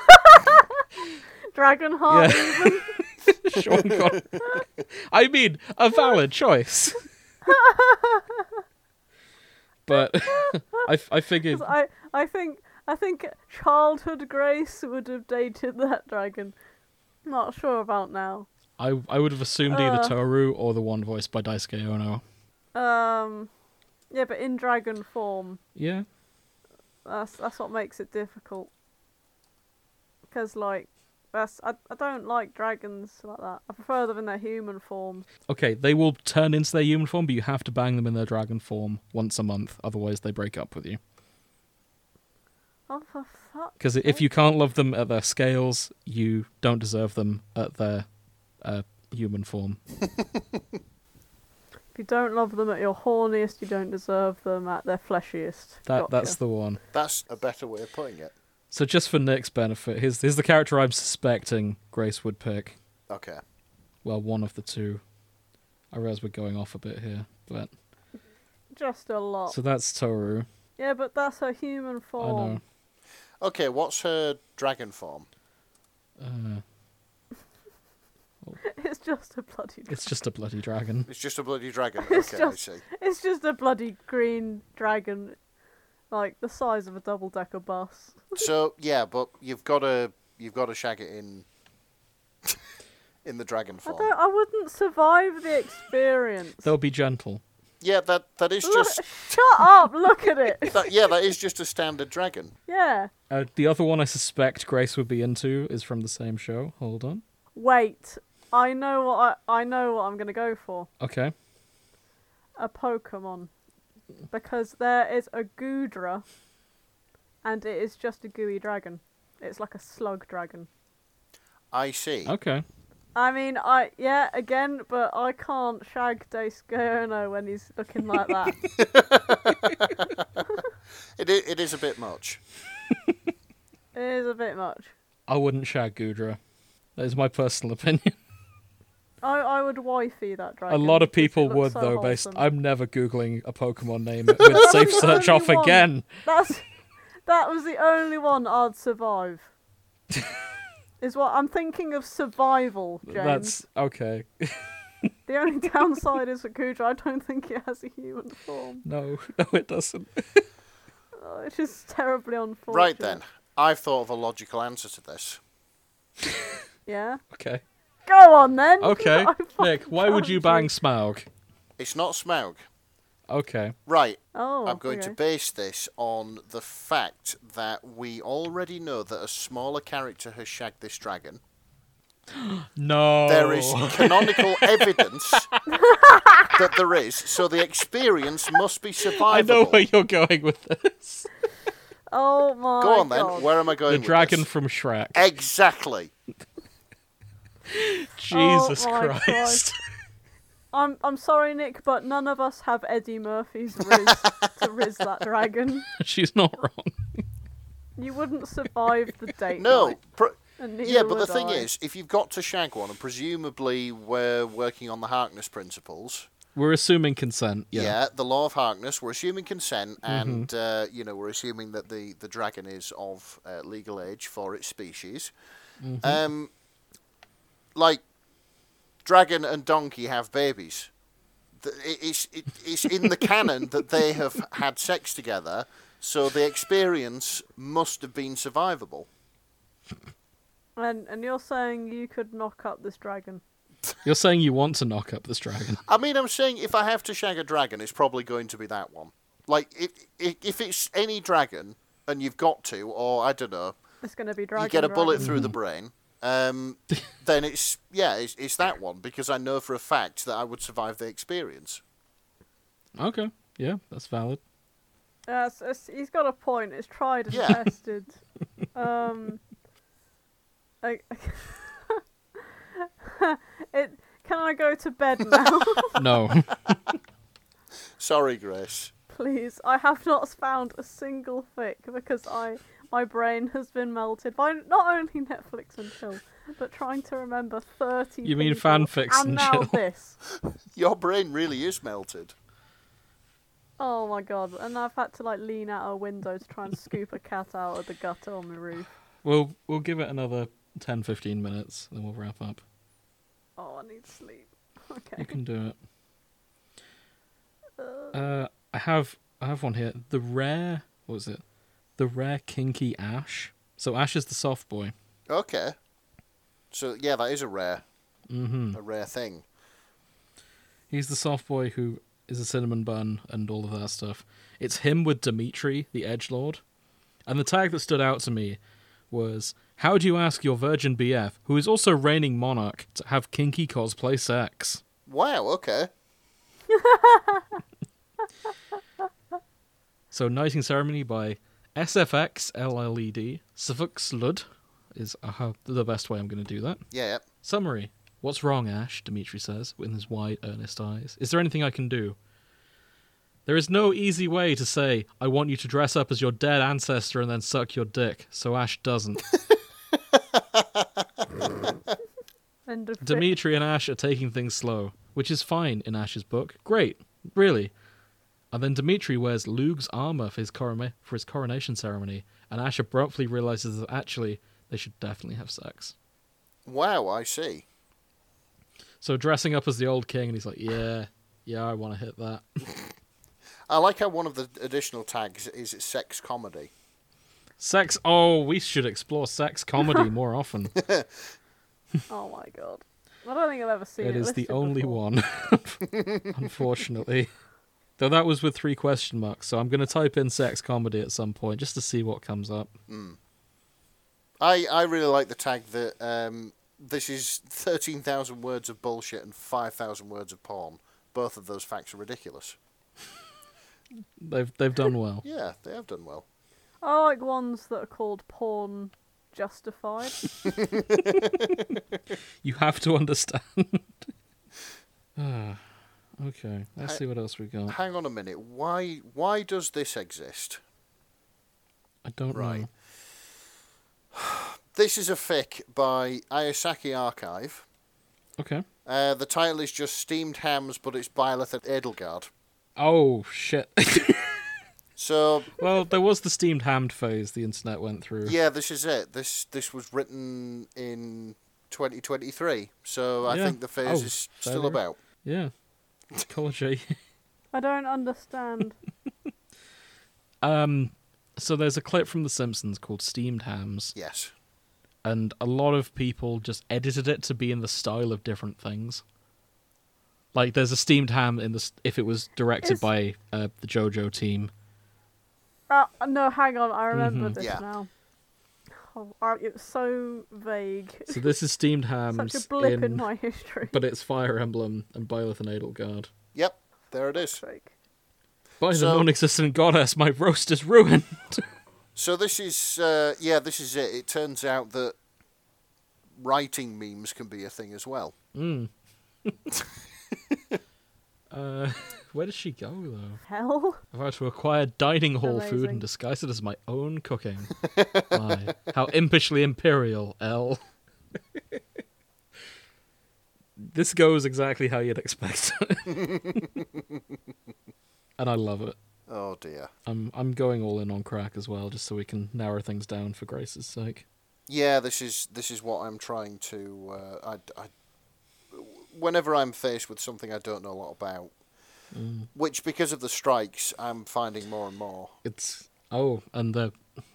Dragonheart.
yeah. Sean Connery. I mean, a valid choice. but I, f- I figured
'Cause I I think I think childhood Grace would have dated that dragon. Not sure about now.
I I would have assumed either
Uh.
Toru or the one voiced by Daisuke Ono.
Um, yeah, but in dragon form.
Yeah.
That's that's what makes it difficult. Because like, that's I, I don't like dragons like that. I prefer them in their human form.
Okay, they will turn into their human form, but you have to bang them in their dragon form once a month, otherwise they break up with you.
Oh for fuck!
Because if you can't love them at their scales, you don't deserve them at their uh, human form.
If you don't love them at your horniest, you don't deserve them at their fleshiest.
That
Gotcha.
that's the one.
That's a better way of putting it.
So just for Nick's benefit, here's here's the character I'm suspecting Grace would pick.
Okay.
Well, one of the two. I realize we're going off a bit here, but
just a lot.
so that's Toru.
yeah, but that's her human form.
know.
Okay, what's her dragon form?
Uh,
It's just a bloody.
it's just a bloody dragon.
It's just a bloody dragon.
It's
Okay, I
just-
see.
It's just a bloody green dragon, like the size of a double decker bus.
So yeah, but you've got to you've got to shag it in in the dragon
I
form.
don't. I wouldn't survive the experience.
They'll be gentle.
Yeah, that that is
Look-
just
shut up! Look at it.
that, yeah, that is just a standard dragon.
Yeah.
Uh, the other one I suspect Grace would be into is from the same show. Hold on.
Wait. I know what I, I know what I'm gonna go for.
Okay.
A Pokemon, because there is a Gudra, and it is just a gooey dragon. It's like a slug dragon.
I see.
Okay.
I mean, I yeah, again, but I can't shag Dace Gerno when he's looking like that.
It i- it is a bit much.
it is a bit much.
I wouldn't shag Gudra. That is my personal opinion.
I I would wifey that
A
dragon.
lot of
because it
people
looks
would
so
though. Based,
wholesome.
I'm never googling a Pokemon name with safe
the
search
only
off
one.
again.
That's that was the only one I'd survive. is what I'm thinking of survival, James.
That's okay.
The only downside is that Kudra, I don't think it has a human form,
No, no, it doesn't.
oh, which is terribly unfortunate.
Right then, I've thought of a logical answer to this.
Yeah.
Okay.
Go on then.
Okay.
I fucking
Nick, why would
can't
you bang Smaug?
It's not Smaug.
Okay.
Right,
Oh.
I'm going to
okay.
base this on the fact that we already know that a smaller character has shagged this dragon.
No.
There is
Oh.
canonical evidence that there is, so the experience must be survivable.
I know where you're going with this.
Oh my
Go on then.
God.
Where am I going?
the
with
dragon
this? Eh.
from Shrek.
Exactly.
Jesus
Oh my
Christ.
Christ. I'm I'm sorry, Nick, but none of us have Eddie Murphy's riz to riz that dragon.
She's not wrong.
You wouldn't survive the date.
No.
night,
Pr-
and
yeah,
neither
but the
would
thing
I.
is, if you've got to shag one, and presumably we're working on the Harkness principles.
We're assuming consent.
Yeah.
Yeah.
the law of Harkness. We're assuming consent, and uh, you know we're assuming that the the dragon is of uh, legal age for its species. Um, like dragon and donkey have babies. Th- it- It's it- it's in the canon that they have had sex together, so the experience must have been survivable.
and and you're saying you could knock up this dragon.
You're saying you want to knock up this dragon.
I mean, I'm saying if I have to shag a dragon, it's probably going to be that one. Like, if, if, if it's any dragon and you've got to, or I don't know,
It's going to be dragon.
you get a bullet
dragon.
through the brain, um, then it's, yeah, it's, it's that one because I know for a fact that I would survive the experience.
Okay. Yeah, that's valid.
Yeah, it's- it's- he's got a point. It's tried and
Yeah.
tested. Um, I, it. Can I go to bed now?
No.
Sorry, Grace.
Please, I have not found a single fic because I my brain has been melted by not only Netflix and chill, but trying to remember thirty.
You mean
people,
fanfics
and
and
now
chill.
this.
Your brain really is melted.
Oh my god! And I've had to like lean out a window to try and scoop a cat out of the gutter on the roof.
we'll we'll give it another 10 15 minutes then we'll wrap up.
Oh, I need sleep. Okay.
You can do it. Uh, I have I have one here. The rare what was it? The rare kinky Ash. So Ash is the soft boy.
Okay. So, yeah, that is a rare,
Mm-hmm.
a rare thing.
He's the soft boy who is a cinnamon bun and all of that stuff. It's him with Dimitri, the edge lord, And the tag that stood out to me was How do you ask your virgin BF, who is also reigning monarch, to have kinky cosplay sex?
Wow. Okay.
So, Knighting Ceremony by SFX LLED. Suffolk Slud E is uh, the best way I'm going to do that.
Yeah.
Summary What's wrong, Ash? Dimitri says, with his wide, earnest eyes. Is there anything I can do? There is no easy way to say, I want you to dress up as your dead ancestor and then suck your dick, so Ash doesn't.
End of bit.
Dimitri and Ash are taking things slow, which is fine in Ash's book. Great, really. And then Dimitri wears Luke's armor for his, corona- for his coronation ceremony, and Ash abruptly realizes that actually, they should definitely have sex.
Wow. I see.
So dressing up as the old king, and he's like, yeah, yeah, I want to hit that.
I like how one of the additional tags is sex comedy.
Sex. Oh, we should explore sex comedy more often.
Oh my god. I don't think I've ever seen it.
it is the
listed
only
before.
one, unfortunately. Though that was with three question marks, so I'm going to type in sex comedy at some point just to see what comes up.
I, I really like the tag that um, this is 13,000 words of bullshit and 5,000 words of porn. Both of those facts are ridiculous.
They've they've done well.
Yeah, they have done well.
I like ones that are called porn justified.
You have to understand. Ah, okay, let's
I-
see what else we got.
Hang on a minute. Why why does this exist?
I don't
Right.
know.
This is a fic by Ayasaki Archive.
Okay.
Uh, the title is just Steamed Hams, but it's Byleth at Edelgard.
Oh shit.
So,
well, there was the steamed hammed phase the internet went through.
yeah, this is it. This this was written in 2023. So I
Yeah.
think the phase
Oh,
is
fair enough.
still about.
Yeah. Ecology.
I don't understand.
Um, so there's a clip from The Simpsons called Steamed Hams,
Yes.
and a lot of people just edited it to be in the style of different things. Like there's a steamed ham in this if it was directed
Is-
by uh, the JoJo team.
Uh, no, hang on. I remember
Mhm.
this
Yeah.
now. Oh, I, it was so vague.
So this is steamed hams,
Such a blip in,
in-
my history.
but it's Fire Emblem and Byleth and Edelgard.
Yep, there it is.
Like,
By
So-
the non-existent goddess, my roast is ruined.
So this is uh, yeah, this is it. It turns out that writing memes can be a thing as well.
mm. uh, where does she go though?
hell?
If I were to acquire dining hall food
Amazing.
and disguise it as my own cooking. My, how impishly imperial, L. this goes exactly how you'd expect. and I love it.
Oh dear.
I'm I'm going all in on crack as well, just so we can narrow things down for Grace's sake.
Yeah, this is this is what I'm trying to. Uh, I, I, whenever I'm faced with something I don't know a lot about,
Mm.
which because of the strikes, I'm finding more and more.
It's oh, and the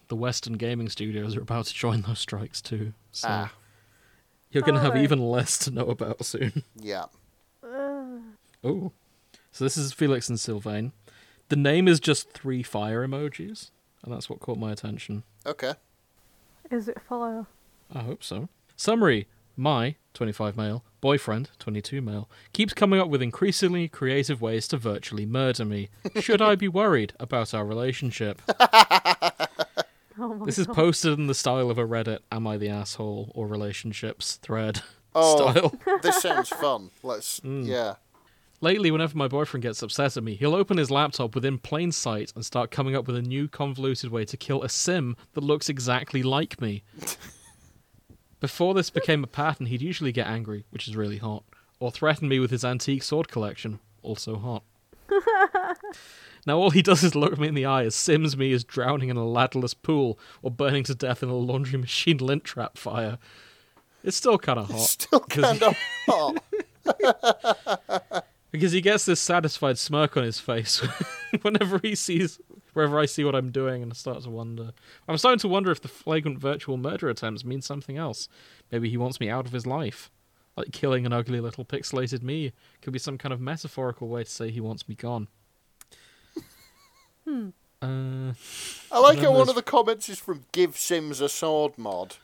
the Western gaming studios are about to join those strikes too. So
Ah.
you're gonna
Are
have
they?
even less to know about soon.
Yeah.
Ugh.
Oh. So this is Felix and Sylvain. The name is just three fire emojis, and that's what caught my attention.
Okay.
Is it fire?
I hope so. Summary My, 25 male, boyfriend, 22 male, keeps coming up with increasingly creative ways to virtually murder me. Should I be worried about our relationship?
Oh my
This is posted in the style of a Reddit Am I the Asshole or Relationships thread
Oh.
style.
this sounds fun. Let's.
Mm.
Yeah.
Lately, whenever my boyfriend gets upset at me, he'll open his laptop within plain sight and start coming up with a new convoluted way to kill a sim that looks exactly like me. Before this became a pattern, he'd usually get angry, which is really hot, or threaten me with his antique sword collection, also hot. now all he does is look me in the eye as sims me as drowning in a ladderless pool or burning to death in a laundry machine lint trap fire. It's still kind of hot.
Still kind of hot.
Because he gets this satisfied smirk on his face whenever he sees, wherever I see what I'm doing, and I start to wonder. I'm starting to wonder if the flagrant virtual murder attempts mean something else. Maybe he wants me out of his life. Like killing an ugly little pixelated me
Hmm.
could be some kind of metaphorical way to say he wants me gone. Uh,
I like
then
how one
there's-
of the comments is from "Give Sims a sword mod,"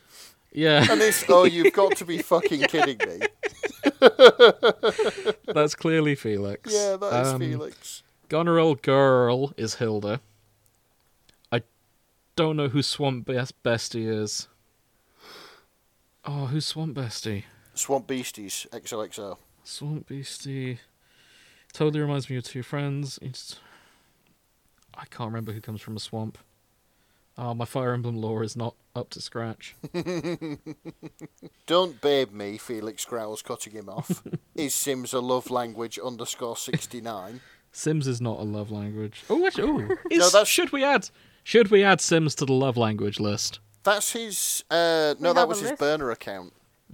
yeah,
and it's "Oh, you've got to be fucking kidding me."
that's clearly Felix.
Yeah, that is
Um,
Felix.
Goneril Girl is Hilda. I don't know who Swamp Best Bestie is. Oh, who's Swamp Bestie?
Swamp Beasties XOXO.
Swamp Beastie. Totally reminds me of two friends. It's... I can't remember who comes from a swamp. Oh, my Fire Emblem lore is not up to scratch.
Don't babe me, Felix growls, cutting him off. is Sims a love language underscore 69?
Sims is not a love language. Oh, actually, oh, is,
No, that's-
should we add? Should we add Sims to the love language list?
That's his. Uh, no,
We
that
have
was
a
his
list.
burner account. His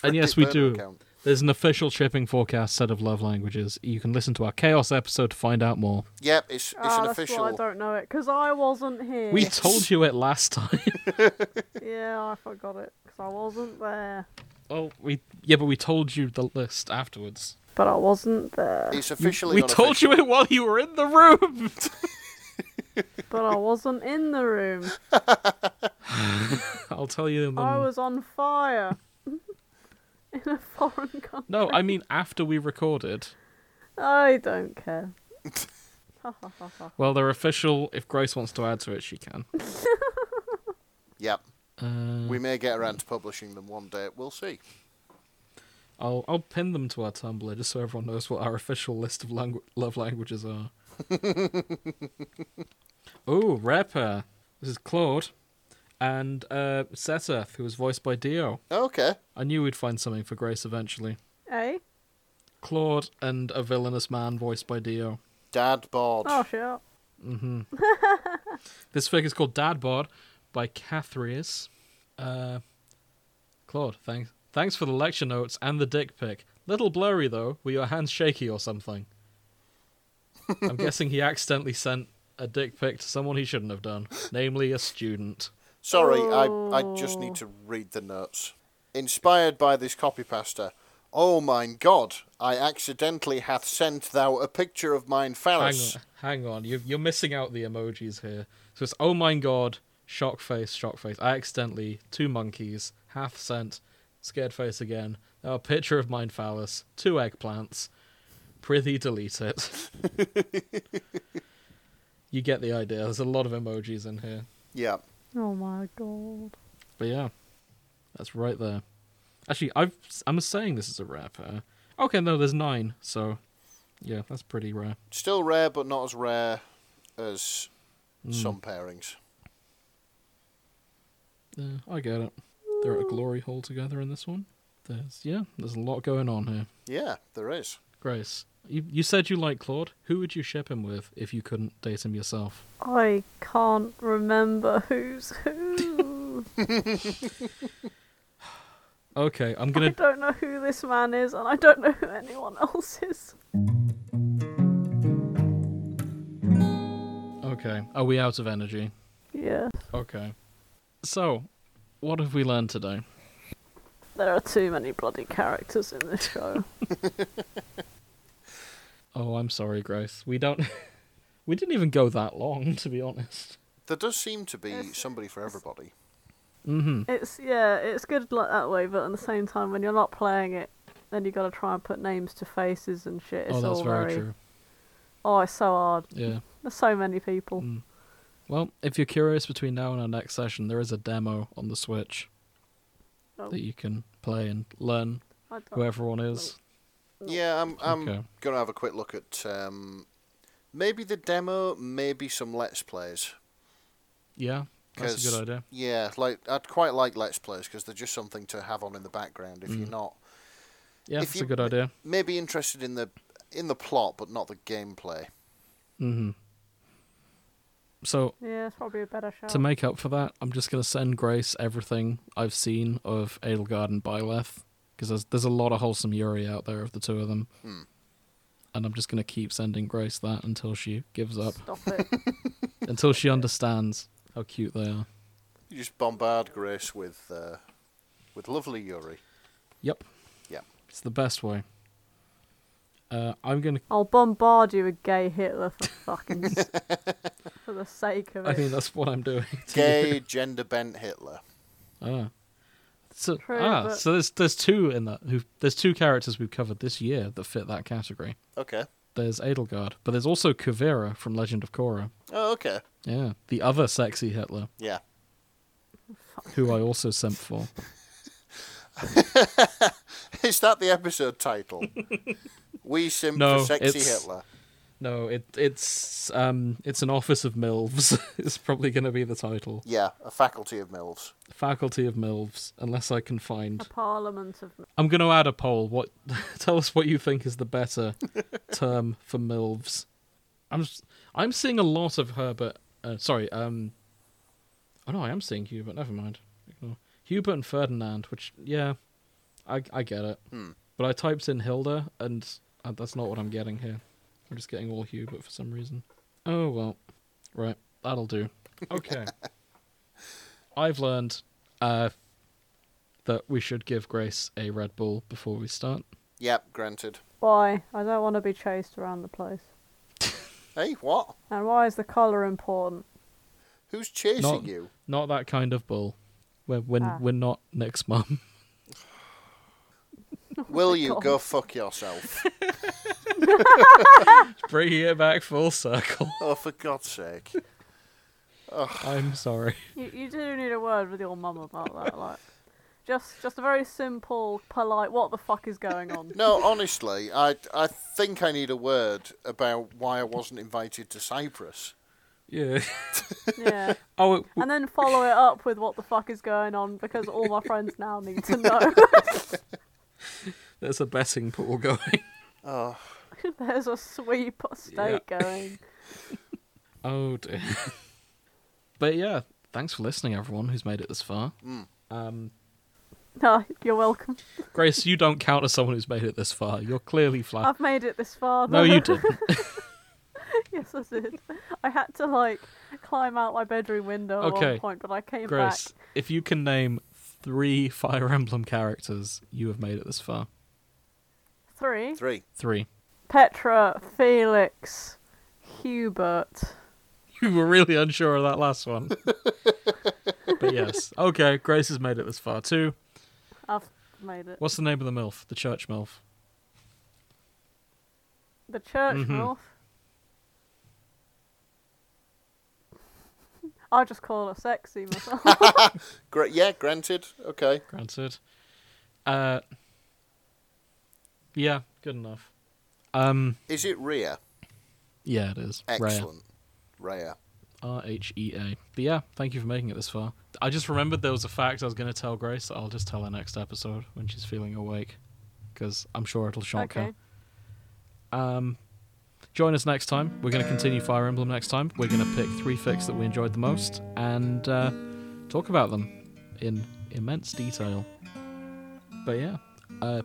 Hmm. And yes,
Reddit
we
burner
do.
account.
There's an official shipping forecast set of love languages. You can listen to our chaos episode to find out more.
Yep, it's, it's
Ah,
an
that's why I
official.
don't know it because I wasn't here.
We told you it last time.
yeah, I forgot it because I wasn't there.
oh, we yeah, but we told you the list afterwards.
But I wasn't there.
It's
we
officially.
told you it while you were in the room.
But I wasn't in the room.
I'll tell you. Them.
I was on fire in a foreign country.
No, I mean after we recorded.
I don't care. Ha, ha, ha, ha.
Well, they're official. If Grace wants to add to it, she can.
Yep,
Uh,
we may get around to publishing them one day. We'll see.
I'll I'll pin them to our Tumblr just so everyone knows what our official list of langu- love languages are. oh, rapper. This is Claude, and uh, Seteth, who was voiced by Dio.
Okay.
I knew we'd find something for Grace eventually.
eh?
Claude and a villainous man voiced by Dio.
Dad bored.
Oh shit.
This fic is called Dadbod by Cathrius. Uh, Claude, thanks. Thanks for the lecture notes and the dick pic. Little blurry though. Were your hands shaky or something? I'm guessing he accidentally sent a dick pic to someone he shouldn't have done, namely a student.
Sorry, I, I just need to read the notes. Inspired by this copy pasta, oh mine god, I accidentally hath sent thou a picture of mine
Hang
phallus.
on, hang on. You've, you're missing out the emojis here. So it's oh my god, shock face, shock face. I accidentally two monkeys, half sent, scared face again. Now a picture of mine phallus, two eggplants. Prithee, delete it. you get the idea. There's a lot of emojis in here,
Yeah.
Oh my god.
but yeah, that's right there. Actually, I've I'm saying this is a wrap. Uh, okay, no, there's nine. So yeah, that's pretty rare.
Still rare, but not as rare as some pairings.
Yeah, I get it. They're at a glory hole together in this one. There's yeah, there's a lot going on here.
Yeah, there is.
Grace, you, you said you like Claude. Who would you ship him with if you couldn't date him yourself?
I can't remember who's who.
Okay, I'm
I
gonna
don't know who this man is, and I don't know who anyone else is.
Okay. Are we out of energy?
Yeah,
Okay. So, what have we learned today?
there are too many bloody characters in this show.
Oh, I'm sorry, Grace. We don't we didn't even go that long to be honest.
There does seem to be somebody for everybody.
Mhm.
it's yeah, it's good like that way, but at the same time, when you're not playing it, then you got to try and put names to faces and shit. It's
Oh, that's
all
very true.
Oh, it's so hard.
Yeah. Mm.
There's so many people.
Well, if you're curious between now and our next session, there is a demo on the Switch
Oh.
that you can play and learn
I
who
don't...
everyone is.
Yeah, I'm I'm
Okay.
gonna have a quick look at um, maybe the demo, maybe some let's plays.
Yeah, that's a
'Cause,
good idea.
Yeah, like I'd quite like let's plays because they're just something to have on in the background if you're not
Yeah,
if
that's
you-
a good idea.
maybe interested in the in the plot but not the gameplay.
hmm So
Yeah, it's probably a better show.
to make up for that, I'm just gonna send Grace everything I've seen of Adelgard and Byleth because there's there's a lot of wholesome Yuri out there of the two of them,
Hmm.
and I'm just gonna keep sending Grace that until she gives up,
Stop it.
until she understands how cute they are.
You just bombard Grace with uh, with lovely Yuri.
Yep.
Yep.
It's the best way. Uh, I'm gonna.
I'll bombard you with gay Hitler for fucking for the sake of it.
I mean, that's what I'm doing. to you.
Gay, gender bent Hitler.
Ah. So,
True,
ah,
but-
so there's there's two in that. Who there's two characters we've covered this year that fit that category.
Okay.
There's Adelgard, but there's also Kuvira from Legend of Korra.
Oh, okay.
Yeah, the other sexy Hitler,
Yeah.
who I also sent for.
Is that the episode title? we simp
No,
for sexy
it's-
Hitler.
No, it it's um it's an office of milves. it's probably going to be the title.
Yeah, a faculty of mills.
Faculty of milves, unless I can find.
a parliament of
I'm going to add a poll. What? Tell us what you think is the better term for milves. I'm s- I'm seeing a lot of Herbert. Uh, sorry. Um. Oh no, I am seeing Hubert. Never mind. Ignore. Hubert and Ferdinand. Which yeah, I I get it.
Hmm.
But I typed in Hilda, and uh, that's not what I'm getting here. I'm just getting all Hubert for some reason. Oh well. Right. That'll do. Okay. I've learned. Uh, that we should give Grace a Red Bull before we start.
Yep, granted.
why I don't want to be chased around the place.
Hey, what?
And why is the collar important?
Who's chasing
Not-
you?
Not that kind of bull. We're we're,
Ah.
we're not Nick's mum. Oh
Will you
God.
go fuck yourself?
Bringing it back full circle.
oh, for God's sake.
I'm sorry.
You, you do need a word with your mum about that, like just just a very simple, polite. What the fuck is going on?
No, honestly, I I think I need a word about why I wasn't invited to Cyprus.
Yeah.
yeah,
Oh, it-
and then follow it up with what the fuck is going on because all my friends now need to know.
there's a betting pool going.
Oh,
There's a sweep at stake going.
Oh dear. But yeah, thanks for listening, everyone who's made it this far.
Mm.
Um,
No, you're welcome.
Grace, you don't count as someone who's made it this far. You're clearly flat.
I've made it this far.
Uh, No,
though.
you didn't.
yes, I did. I had to like climb out my bedroom window at
Okay.
one point, but I came
Grace,
back.
if you can name three Fire Emblem characters, you have made it this far.
Three.
three.
Three.
Petra, Felix, Hubert.
You were really unsure of that last one. but yes. Okay, Grace has made it this far too.
I've made it.
What's the name of the MILF? The church MILF.
The church
Mhm.
north. I just call her sexy myself.
Gra- yeah, granted. Okay.
Granted. Uh Yeah, good enough. Um
Is it Rhea?
yeah it is.
Excellent. Rhea.
R H E A. But yeah, thank you for making it this far. I just remembered there was a fact I was gonna tell Grace that I'll just tell her next episode when she's feeling awake. Because I'm sure it'll shock her.
okay.
Um, join us next time. We're going to continue Fire Emblem next time. We're going to pick three fics that we enjoyed the most and uh, talk about them in immense detail. But yeah, uh,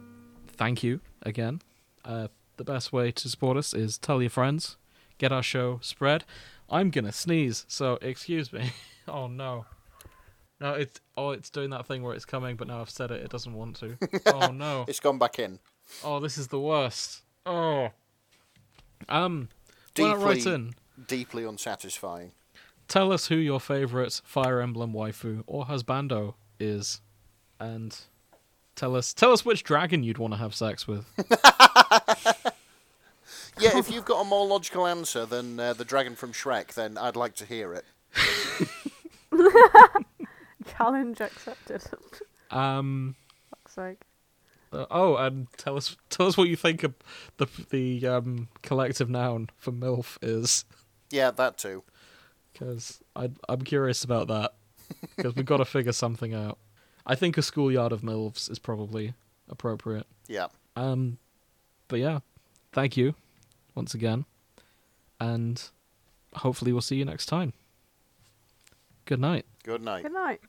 thank you again. Uh, the best way to support us is tell your friends, get our show spread. I'm going to sneeze, so excuse me. oh no. No, it's oh, it's doing that thing where it's coming, but now I've said it, it doesn't want to. Oh no.
It's gone back in.
Oh, this is the worst. Oh. Um, why not write
Deeply-
in?
Deeply unsatisfying.
Tell us who your favourite Fire Emblem waifu or husbando is, and tell us tell us which dragon you'd want to have sex with.
Yeah, if you've got a more logical answer than uh, the dragon from Shrek, then I'd like to hear it.
Challenge accepted. Fuck's
um.
sake.
uh, oh, and tell us tell us what you think of the the um collective noun for milf is,
Yeah, that too.
because I'm curious about that because we've got to figure something out. I think a schoolyard of milfs is probably appropriate.
Yeah.
Um, but yeah, thank you once again, and hopefully we'll see you next time. Good night.
Good night.
Good night.